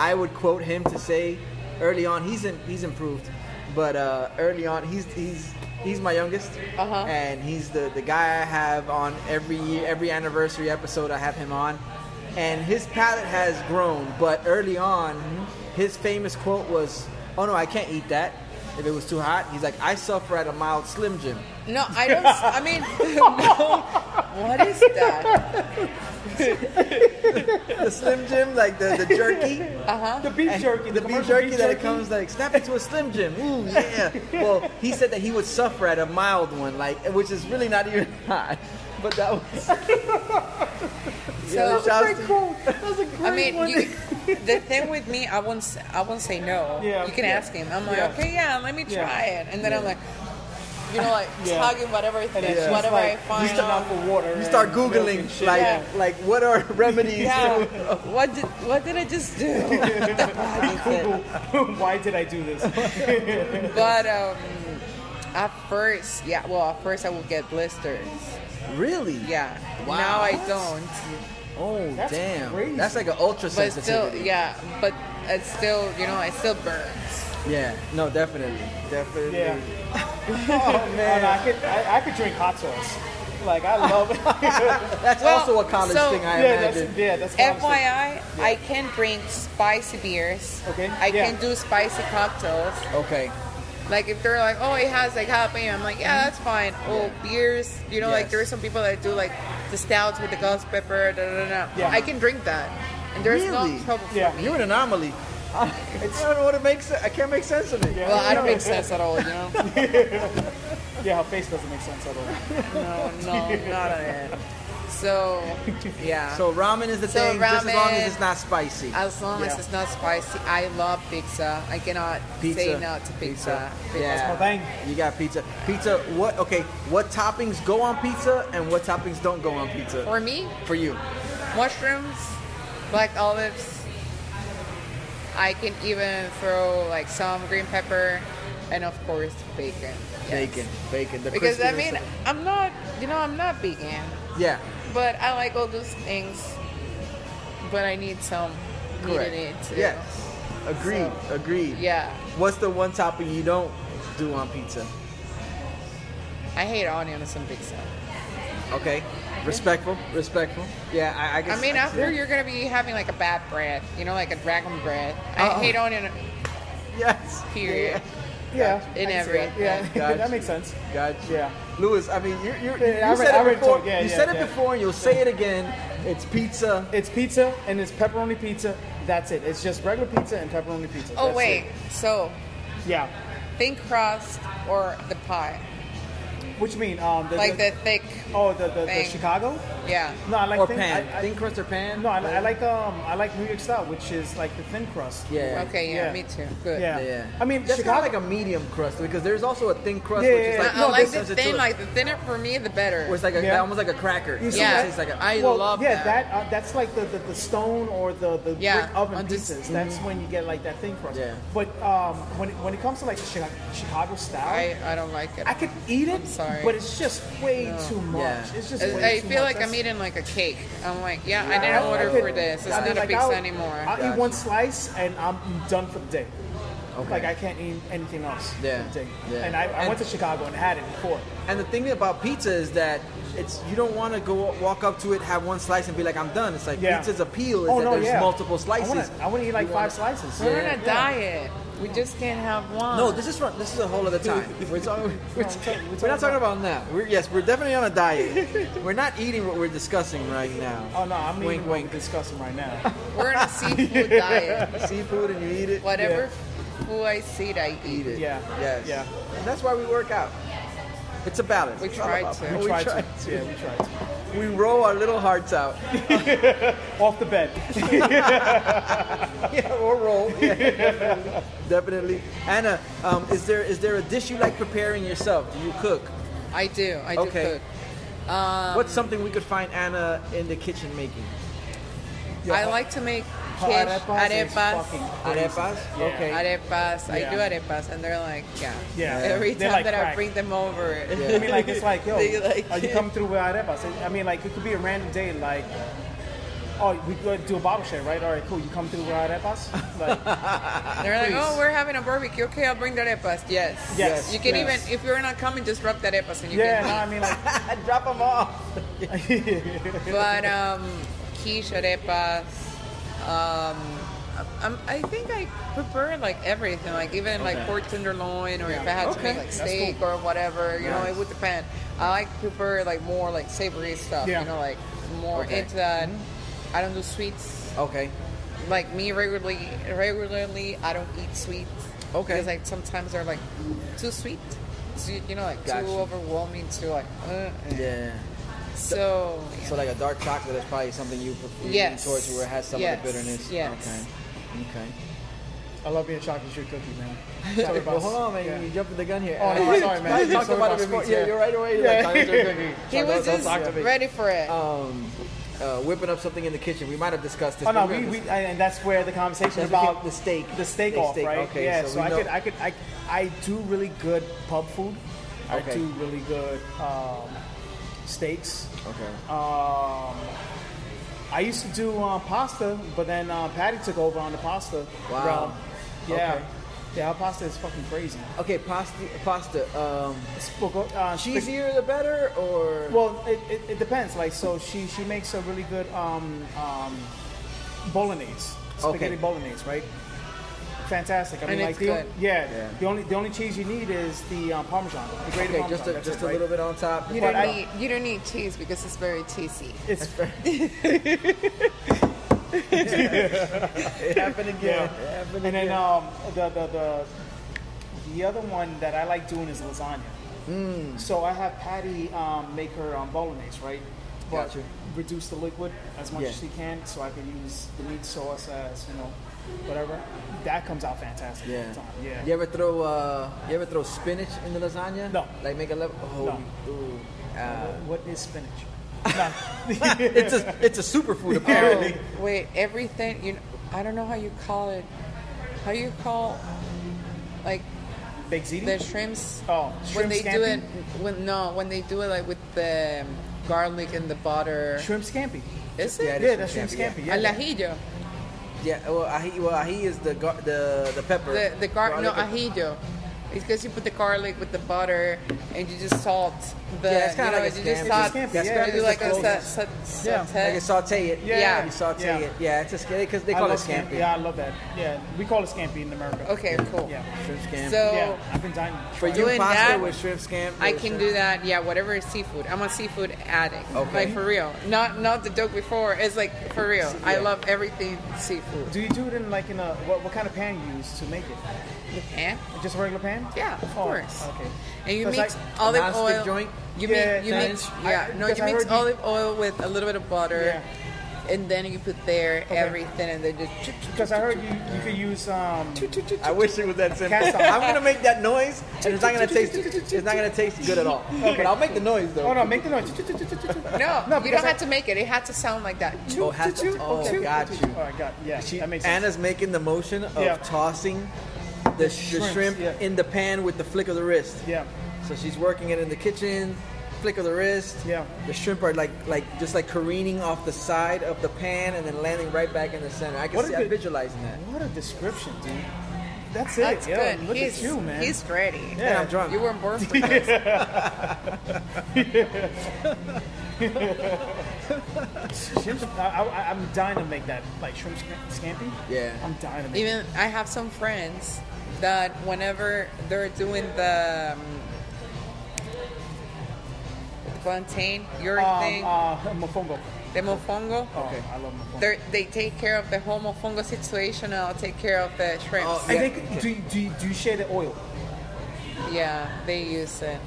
I would quote him to say, early on he's in, he's improved, but uh, early on he's he's he's my youngest, Uh-huh. and he's the the guy I have on every year, every anniversary episode I have him on, and his palate has grown. But early on, his famous quote was, "Oh no, I can't eat that." If it was too hot, he's like, I suffer at a mild Slim Jim. No, I don't. I mean, *laughs* no. What is that? the Slim Jim, like the, the jerky, Uh-huh. The beef jerky, the, the beef commercial jerky that it comes like snap into a Slim Jim. Ooh yeah. Well, he said that he would suffer at a mild one, like which is really not even *laughs* hot. But that was *laughs* So- shouts to- I mean, you, the thing with me, I won't, s- I won't say no. Yeah. You can Yeah. ask him. I'm like, Yeah. okay, yeah, let me try Yeah. it, and then I'm like, you know, like Yeah. tugging whatever, thing, it's just whatever I like, find. You start out. for water. you and start milk googling and shit. like Yeah. like what are remedies? Yeah. to- what did what did I just *laughs* do? Google, *laughs* why did I do this? but um, at first, yeah, well, at first I would get blisters. Really? Yeah. Wow. Now I don't. Oh That's damn. crazy. That's like an ultra But still, sensitivity. yeah. But it's still, you know, it still burns. yeah. No, definitely. Definitely. Yeah. *laughs* oh man, I could I, I could drink hot sauce. Like I love *laughs* it. *laughs* That's Well, also a college so- thing I yeah, imagine. that's yeah, that's what I'm saying. FYI, I can drink spicy beers. Okay, I yeah. can do spicy cocktails. Okay. Like if they're like, oh, it has like jalapeno, I'm like, yeah, that's fine. Oh, beers, you know, like Yes. there are some people that do like the stouts with the ghost pepper. Da, da, da, da. Yeah. I can drink that, and there's Really? no trouble for Yeah. me. You're an *laughs* anomaly. I, I don't know what it makes. I can't make sense of it. Yeah. Well, I don't *laughs* make sense at all, you know. Yeah, her face doesn't make sense at all. No, no, not at all. So, yeah. So ramen is the So thing, just as long ramen- as it's not spicy. As long as Yeah. it's not spicy, I love pizza. I cannot Pizza. say no to Pizza. pizza. Yeah. Well, thank You got pizza. Pizza. What? Okay. What toppings go on pizza and what toppings don't go on pizza For me, for you? mushrooms, black olives. I can even throw like some green pepper, and of course bacon. Yes. Bacon. Bacon. The Because I crispiness mean, of it. I'm not, you know, I'm not vegan, Yeah. but I like all those things. But I need some meat Correct. in it. Too. Yeah. Agreed. Agreed. Yeah. What's the one topping you don't do on pizza? I hate onions and pizza. Okay. Respectful. Respectful. Yeah. I, I guess. I mean, after you're gonna be having like a bad bread, you know, like a dragon bread. I Uh-oh. hate onion. *laughs* Yes. Period. Yeah. In I can see that. everything. Yeah, *laughs* Gotcha. that makes sense. Gotcha. Yeah. Lewis, I mean, you, you, you Yeah, I said read- I it read before. too. Yeah, you yeah, said it yeah. before, and you'll say it again. It's pizza. It's pizza and it's pepperoni pizza. That's it. It's just regular pizza and pepperoni pizza. Oh That's wait, it. so Yeah. thin crust or the pie? What you mean? Um, the, like the, the thick. Oh, the the, the thing. Chicago. Yeah. No, I like or thin, pan, I, I, thin crust or pan. No, I, I like um, I like New York style, which is like the thin crust. Yeah. Okay. Yeah, Yeah. Me too. Good. Yeah. Yeah. I mean, that's Chicago. kind of like a medium crust because there's also a thin crust, Yeah, which yeah, is yeah. like I, I No, like this the is a thin, toy. like the thinner for me, the better. where it's like a, Yeah. almost like a cracker. You see Yeah. that? It's like a, I well, love yeah, that. that uh, that's like the, the, the stone or the, the Yeah, mm-hmm. brick oven on this- pieces. That's when you get like that thin crust. Yeah. But um, when it, when it comes to like the Chicago, Chicago style, I, I don't like it. I could eat it, I'm sorry. but it's just way too much. Yeah. It's just. I, way I too feel much. like I'm That's- eating like a cake. I'm like, yeah, I I- didn't I order could- for this. It's I mean, not a like, pizza I'll- anymore. I'll eat Gotcha. one slice and I'm done for the day. Like I can't eat anything else. Yeah. for the day. Yeah. And I, I And- went to Chicago and had it before. And the thing about pizza is that it's you don't want to go walk up to it, have one slice, and be like, I'm done. It's like Yeah. pizza's appeal is oh that no, there's yeah. multiple I slices. wanna- I want to eat like You five wanna- slices. We're Yeah. on a diet. We just can't have one. No, this is from, this is a whole other time. *laughs* We're, talking, we're, talking- we're we're talking not talking about now. We're, yes, we're definitely on a diet. we're not eating what we're discussing right now. Oh no, I'm wink, eating what wink. we're discussing right *laughs* now. We're *laughs* on a seafood diet. Seafood and you eat it. Whatever food I see, I eat. Eat it. Yeah. Yes. Yeah. And that's why we work out. It's a balance. We It's all try about to. balance. We We tried try to. to. Yeah, we tried to. We roll our little hearts out. *laughs* Off the bed. yeah, or roll. *laughs* Yeah, definitely. Anna, um, is there is there a dish you like preparing yourself? Do you cook? I do. I do Okay. cook. What's something we could find Anna in the kitchen making? I like to make Her quiche, oh, arepas is fucking arepas. crazy. Arepas? Yeah. Okay. Arepas. I Yeah. do arepas, and they're like, yeah. Yeah. Every They're time like that I crack. bring them over, I mean, like it's *laughs* like, yo, They like- are you coming through with arepas? I mean, like it could be a random day, like, oh, we could do a bottle share, right? All right, cool. You come through with arepas? Like, *laughs* they're like, Please. oh, we're having a barbecue. Okay, I'll bring the arepas. Yes. Yes, You can yes. even, if you're not coming, just drop the arepas and you yeah, can. no, I mean, *laughs* like, Drop them off. but um, quiche, arepas. Um, um, I think I prefer like everything, like even like pork tenderloin, or if I had to Okay. make like That's steak or whatever, you know, Nice. it would depend. I like prefer like more like savory stuff, Yeah. Mm-hmm. you know, like more Okay. into that. I don't do sweets. Okay. Like me regularly, regularly I don't eat sweets. Okay. Because like sometimes they're like too sweet, too, you know, like Gotcha. too overwhelming, too like. Uh, uh. Yeah. So. So like a dark chocolate is probably something you prefer Yes. towards where it has some Yes. of the bitterness. Yes. Okay. Okay. I love your chocolate chip cookie, man. *laughs* Sorry about- Well, hold on, man. yeah. You jumped the gun here. Oh, no, sorry, man. We talked Sorry about about it before. sweets, Yeah, yeah. you're right away. Yeah. Like, don't- don't- *laughs* He was don't just talk to me. ready for it. um, uh, whipping up something in the kitchen. We might have discussed this. Oh no, but we, haven't we discussed- and and that's where the conversation That's about okay, the steak. the steak The off, steak, right? okay, yeah, so so, we I know- could, I could, I, I do really good pub food. Okay. I do really good um, steaks. okay. Um, I used to do um, pasta, but then um, Patty took over on the pasta Wow. realm. Yeah, Okay. yeah, our pasta is fucking crazy. Okay, pasta. Pasta. Um, Spoco- uh, spag- cheesier the better, or Well, it, it, it depends. Like, so she she makes a really good um, um, bolognese, spaghetti Okay. bolognese, right? Fantastic. I mean, And like, it's the, good. Yeah, Yeah. The only the only cheese you need is the um, parmesan, the grated okay, parmesan. just a, That's just it, a right? little bit on top. You But don't I- need you don't need cheese because it's very cheesy. It's *laughs* It happened again. yeah. It And happened again. then um, the, the the the other one that I like doing is lasagna. Hmm. So I have Patty um, make her um, bolognese, right? But Gotcha. reduce the liquid as much Yeah. as she can, so I can use the meat sauce as you know, whatever. That comes out fantastic. yeah. every time. yeah. You ever throw uh, you ever throw spinach in the lasagna? No. Like make a level. Oh, No. you- ooh. Uh, What is spinach? no. it's a it's a superfood apparently. Oh, wait, everything you know, I don't know how you call it. How you call like Baked ziti. the shrimps Oh, when shrimp they scampi? do it when no when they do it like with the garlic and the butter. shrimp scampi. Is Yeah, it? it Yeah, is that's shrimp scampi. Yeah. Al ajillo. *laughs* Yeah, well, ahi, well, ahi is the gar- the the pepper. The the gar- no Garlic and- ajillo. It's because you put the garlic with the butter and you just salt the Yeah, it's kinda you know, like a you just scampi. saute- It's a scampi, yeah. you do Scampi's like the a sa- closest. sa- Yeah. Like you saute. saute it. Yeah. You saute Yeah. it. Yeah, it's a scampi because they I call it love scampi. Yeah, I love that. Yeah, we call it scampi in America. Okay, cool. Yeah. Shrimp Scampi. So Yeah, I've been dying. to For try you, doing pasta that, with shrimp scampi. I or can shrimp- do that. Yeah, whatever is seafood. I'm a seafood addict. Okay. Like for real. Not not the joke before. It's like for real. I Yeah. love everything it. seafood. Do you do it in like in a what, what kind of pan you use to make it? Eh? Just a regular pan? Yeah, of Oh, course. Okay. And you 'Cause mix I- olive non-stick oil. joint? You Yeah, mix, you mix, nice. yeah. I- no, because you I mix heard you- olive oil with a little bit of butter, and then you put there everything, and then just Because I heard you you could use um I wish it was that simple. Cast iron. I'm gonna make that noise, and it's not gonna taste. It's not gonna taste good at all. But I'll make the noise though. oh no make the noise no. No, you because don't I- have to make it. It had to sound like that. Oh, has to- oh, got you. oh I got yeah She, that makes sense Anna's making the motion of Yeah. tossing the, the shrimp, shrimps, yeah. in the pan with the flick of the wrist. yeah So she's working it in the kitchen, flick of the wrist. Yeah. The shrimp are like like just like careening off the side of the pan and then landing right back in the center. I can What a see, I'm good- visualizing that. what a description dude that's it That's yo, good. look he's, at you man He's ready. Yeah, I'm drunk. You weren't born *laughs* for this. Shrimp- I, I, I'm dying to make that like shrimp scamp- scampi Yeah. I'm dying to make Even I have some friends that whenever they're doing the um, plantain, your it. um, thing, uh mofongo the mofongo, oh, okay I love mofongo they're- they take care of the whole mofongo situation, and I'll take care of the shrimps. Oh, I yeah. think do, you- do you- do you share the oil Yeah, they use it.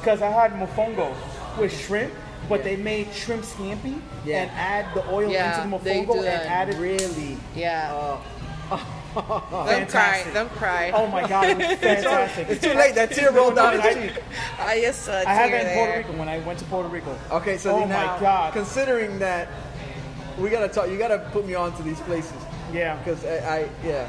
Because I had mofongo with shrimp, but they made shrimp scampi Yeah. and add the oil Yeah, into the they mofongo do and that. added. Really? *laughs* Yeah. Oh, don't cry. fantastic. Don't cry. Oh my god, it was fantastic. *laughs* it's too late. That tear rolled down his *laughs* I, cheek. I just saw a I had tear that in Puerto there. Rico when I went to Puerto Rico. Okay, so oh then now, my god, considering that, we gotta talk. You gotta put me on to these places. Yeah. *laughs* because I, I yeah,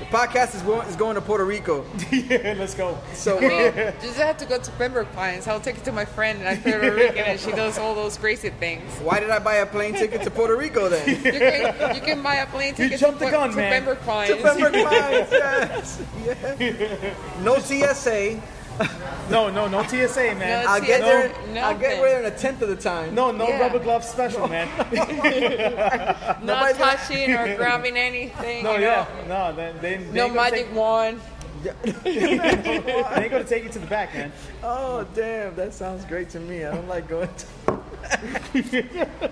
the podcast is going, is going to Puerto Rico. yeah, *laughs* let's go. *laughs* So uh, You just have to go to Pembroke Pines. I'll take it to my friend, and I'm Puerto Rican, and she does all those crazy things. why did I buy a plane ticket to Puto Rico *laughs* then? You can, you can buy a plane ticket jumped to, the Pem- gun, to man. Pembroke Pines. To *laughs* Pembroke Pines, yes, yes. No TSA. No, no, no TSA, man. No I'll get there. No, I'll get nothing. there in a tenth of the time. No, no Yeah. rubber glove special, *laughs* man. Not Nobody's gonna- touching or grabbing anything. No, you know? yeah, no, they, they, they No ain't gonna magic take- wand. they ain't gonna take you to the back, man. Oh damn, that sounds great to me. I don't like going. to... *laughs*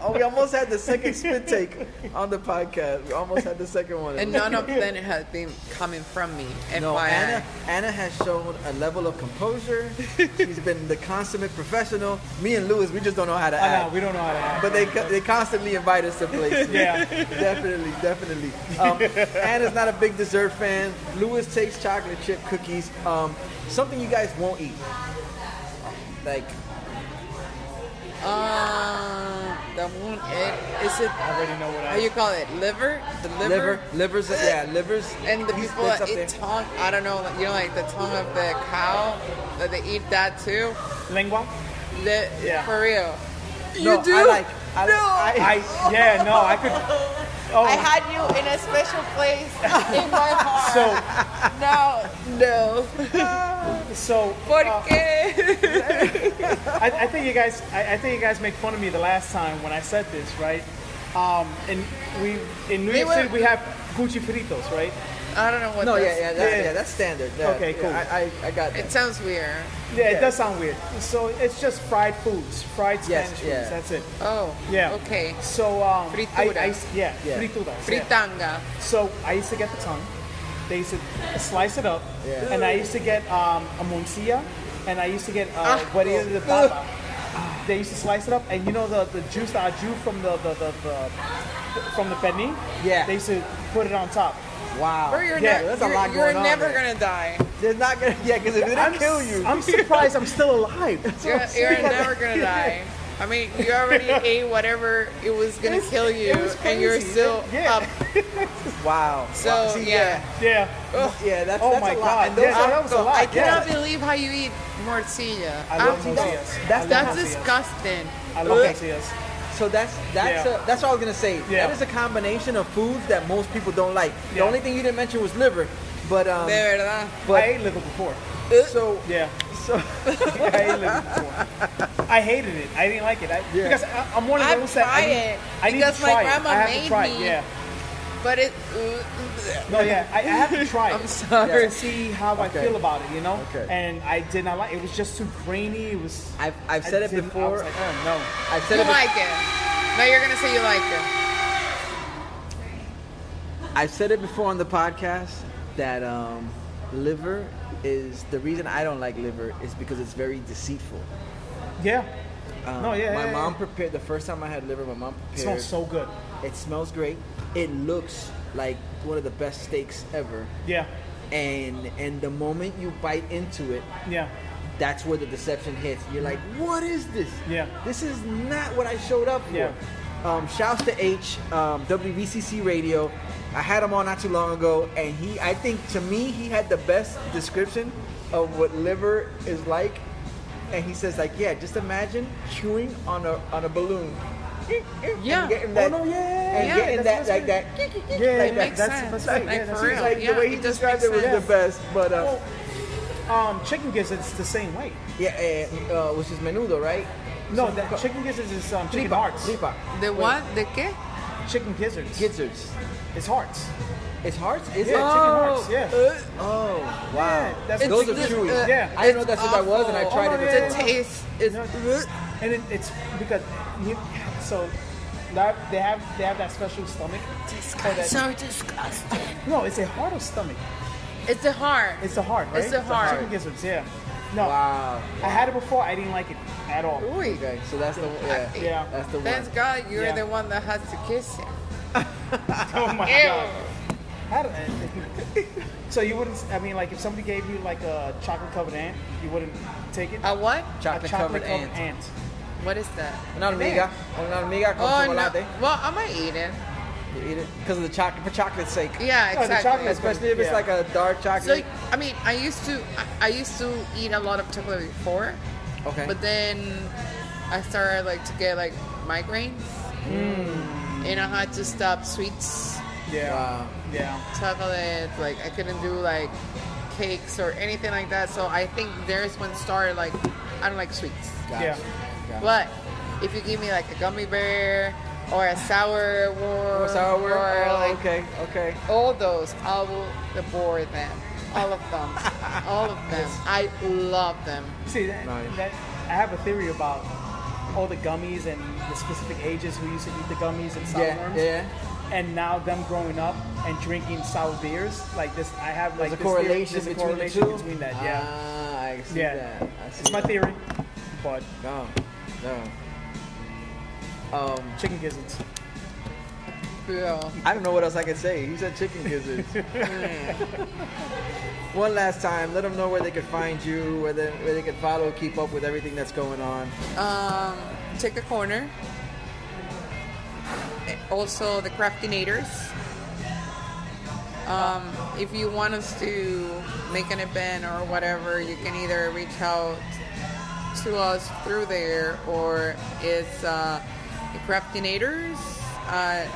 oh, we almost had the second spit take on the podcast. We almost had the second one. And none of them has been coming from me. No, FYI. Anna, Anna has shown a level of composure. She's been the consummate professional. Me and Lewis, we just don't know how to I know, act. we don't know how to act. But they co- they constantly invite us to *laughs* places. Yeah. definitely, definitely. Um, Anna's not a big dessert fan. Lewis takes chocolate chip cookies. Um, something you guys won't eat. Like Um, the one egg. Is it? I already know what I How you call it? Liver? The liver? Eh. liver, livers. Yeah, livers. And the He's- people that's that up there. eat tongue, I don't know, like, you know, like the tongue of the cow, that they eat that too. Lengua? Li- Yeah. For real. No, you do? I like. I, no. I, yeah, no, I *laughs* could. Oh, I had you in a special place in my heart. so no, no. so ¿Por uh, qué? I, I think you guys I, I think you guys make fun of me the last time when I said this, right? Um, and we in New We York were- City we have Gucci Fritos, right? I don't know what no, that's. yeah, yeah, that, Yeah. yeah, that's standard. Yeah, Okay, yeah, cool. I, I, I got that. It sounds weird. Yeah, Yeah. it does sound weird. So it's just fried foods, fried Yes, Spanish yeah. foods. That's it. Oh, Yeah. okay. So um, I- Fritura. I used- yeah, Yeah. frituras. yeah. Fritanga. So I used to get the tongue. They used to slice it up, Yeah. and I used to get um, a moncilla, and I used to get uh, what is it, the *laughs* papa. They used to slice it up, and you know the, the juice that I drew from the the, the, the from the penne. Yeah. They used to put it on top. Wow. Or you're, Yeah, ne- there's a you're, lot you're going on never there. gonna die. They're not gonna. Yeah, because if they don't kill you, *laughs* I'm surprised I'm still *laughs* alive. You're, you're never gonna *laughs* die. I mean, you already ate whatever it was gonna It's- kill it you, was and you're crazy. still Yeah. up. wow. So, Wow. yeah. yeah. yeah, yeah, that's, Oh that's my a lot. God. And those Yeah, are- that was a lot. I Yeah. cannot believe how you eat morcilla. I love I'm- tortillas. that's- I love That's tortillas. disgusting. I love Okay. tortillas. So that's that's Yeah. a, that's what I was gonna say. Yeah. That is a combination of foods that most people don't like. The Yeah. only thing you didn't mention was liver, but um, De verdad. I But- ate liver before. So *laughs* Yeah. so I hated it. before. I hated it. I didn't like it. I, Yeah. Because I, I'm one of I those that I try need, it I need because to my try grandma it. I have made to try me. It. Yeah. But it. No, yeah. I, I *laughs* have to try it. I'm sorry. To see how Okay. I feel about it, you know. Okay. And I did not like. It was just too grainy. It was. I've I've I said it didn't- I was before. like, oh no. I've said You it. be- like it. Now you're gonna say you like it. I've said it before on the podcast that um, liver is the reason I don't like liver is because it's very deceitful. Yeah. Um, no, yeah. My yeah, mom yeah. prepared the first time I had liver. My mom It prepared. smells so good. It smells great. It looks like one of the best steaks ever. Yeah. And and the moment you bite into it, Yeah. that's where the deception hits. You're like, what is this? Yeah. This is not what I showed up for. Yeah. Um, shouts to H, um, WVCC Radio. I had him on not too long ago, and he, I think to me, he had the best description of what liver is like. And he says, like, yeah, just imagine chewing on a on a balloon. Yeah. And getting that, Oh, no, yeah, yeah, And yeah, getting that's what that, like I'm that. Yeah, like it that, makes that's sense. Like, Like, that's for it. real. Like, Yeah, the way he it just described makes it was sense. the best. But uh, Um, chicken gizzards it's the same way. yeah, uh, uh, which is menudo, right? No, So- that chicken gizzards is um, chicken Tripa, hearts. tripa. The Wait, what? The qué? Chicken gizzards. Gizzards. it's hearts. It's hearts. Is Yeah, chicken hearts. Yeah. it? Uh, oh wow. Yeah, that's- Those are It's- chewy. uh, Yeah. I didn't know that's what that was, and I awful. tried Oh, it. yeah, The It's- yeah, taste is. and it, it's because you, so that they have they have that special stomach. So that- So disgusting. no, it's a heart or stomach. It's the heart. It's the heart, right? It's the heart. Chicken gizzards, yeah. No, *laughs* Wow. I had it before. I didn't like it at all. Ooh. Okay, so that's the yeah. Yeah. That's the one. Thank God you're Yeah. the one that has to kiss him. Oh my Ew. *laughs* god. How did I- *laughs* so you wouldn't? I mean, like if somebody gave you like a chocolate covered ant, you wouldn't take it. A what? Chocolate covered ant. What is that? Una hormiga. Una hormiga con Oh chocolate. no. Well, I might eat it. You eat it because of the chocolate for chocolate's sake. Yeah, Oh, the exactly. chocolate- Especially if it's Yeah. like a dark So chocolate. I mean, I used to I, I used to eat a lot of chocolate before, okay. but then I started like to get like migraines, Mm. and I had to stop sweets, Yeah. Wow. Yeah. chocolate. Like I couldn't do like cakes or anything like that. So I think there's when started like I don't like sweets, Gotcha. Yeah. Gotcha. but if you give me like a gummy bear or a sour Oh, war sour word. or Oh, like okay. Okay. all those, I will devour them. All of *laughs* them. All of them. I love them. See, that, Nice. that, I have a theory about all the gummies and the specific ages who used to eat the gummies and sour Yeah. worms. Yeah. and now them growing up and drinking sour beers, like this, I have like There's a this theory- correlation there's a between correlation the two. between that. Yeah, Ah, I see yeah, that. I see it's my that. theory. But No, no. Um, chicken gizzards. Yeah. I don't know what else I can say. He said chicken *laughs* gizzards. One last time, let them know where they can find you, where they, where they can follow, keep up with everything that's going *laughs* on. Um, take a corner. Also, the Craftinators. Um, if you want us to make an event or whatever, you can either reach out to us through there or it's uh, the Craftinators. Uh,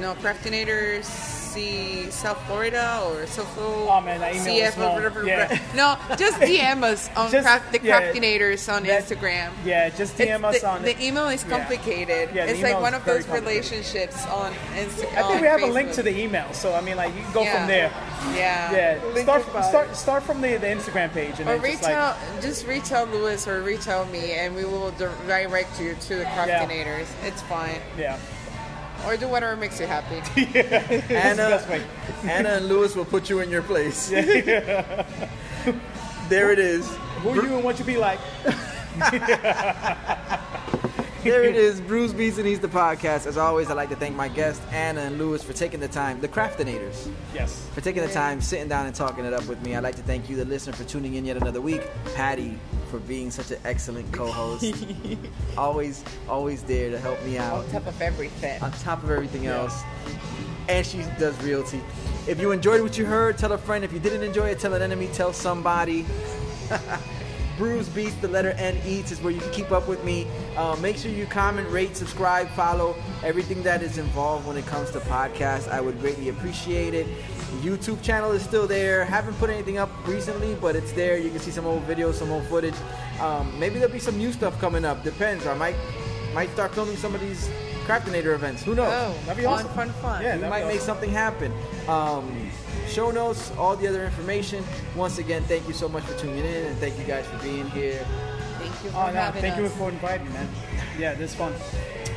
no, Craftinators. See South Florida or South Florida. Oh, man, that email was long. Yeah. No, just DM us on *laughs* Just- craft, the yeah. Craftinators on That- Instagram. Yeah, just DM It's- us the, on. the email is Yeah. complicated. Yeah, the it's email like is one of very those complicated. relationships on Instagram. I think we have a link to the email, so I mean, like you can go from there. Yeah. Yeah, Link start about start it. start from the, the Instagram page and Or then reach just like out, just reach out Lewis or reach out me, and we will dir- direct you to the Craftinators. It's fine. yeah, Or do whatever makes you happy. *laughs* Anna, best way. Anna and Lewis will put you in your *laughs* place. there it is. who you and what you be like. There it is. Bruce Beats and He's the podcast. As always, I'd like to thank my guests, Anna and Lewis, for taking the time. The Craftinators. Yes. for taking the time, sitting down and talking it up with me. I'd like to thank you, the listener, for tuning in yet another week. Patty, for being such an excellent *laughs* co-host. always, always there to help me out On top of everything. on top of everything else. And she does realty. If you enjoyed what you heard, tell a friend. If you didn't enjoy it, tell an enemy, tell somebody. Bruise Beats, the letter N Eats is where you can keep up with me. Uh, make sure you comment, rate, subscribe, follow everything that is involved when it comes to podcasts. I would greatly appreciate it. YouTube channel is still there. Haven't put anything up recently, but it's there. You can see some old videos, some old footage. Um, maybe there'll be some new stuff coming up. Depends. I might might start filming some of these Craftinator events. Who knows? Oh, That'd be fun, awesome. fun, fun. Yeah. we that'd might be make awesome. something happen. Um, show notes, all the other information. Once again, thank you so much for tuning in, and thank you guys for being here. Thank you for Oh, no, having thank us. you for inviting me, man. Yeah, this is fun.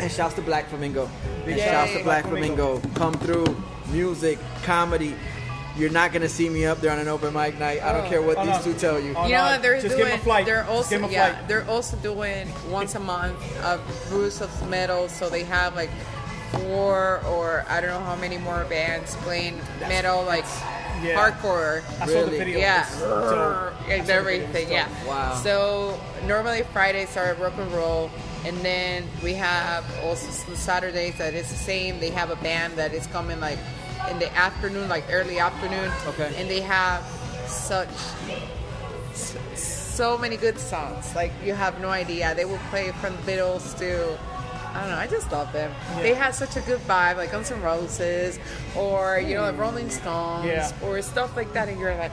And shouts to Black Flamingo. And Yay. shouts to Black Black Flamingo. Flamingo. Come through. Music, comedy. You're not gonna see me up there on an open mic night. I don't care what Oh, these no. two tell you. Oh, You no, know what they're just doing? Give him a flight. They're Just also give him a yeah, flight. they're also doing once a month a Bruce of metal. So they have like four or I don't know how many more bands playing metal like yeah. hardcore. I saw the Really? video. Yeah, It's Brrr, dope. and everything. Yeah. Wow. So normally Fridays are rock and roll, and then we have also s- Saturdays that is the same. They have a band that is coming like in the afternoon, like early afternoon. Okay. And they have such s- so many good songs. Like you have no idea. They will play from Beatles to. I don't know. I just love them. They have such a good vibe, like Guns N' Roses, or you know, like Rolling Stones, Yeah. or stuff like that. And you're like,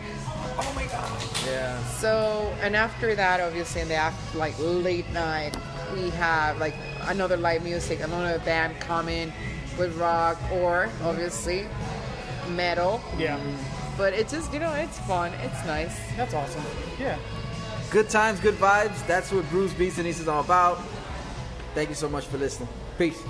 Yeah. so, and after that, obviously, in the after, like late night, we have like another live music, another band coming with rock or obviously metal. Yeah. But it's just, you know, it's fun, it's nice. That's awesome. Yeah. Good times, good vibes. That's what Bruce Beats and East is all about. Thank you so much for listening. Peace.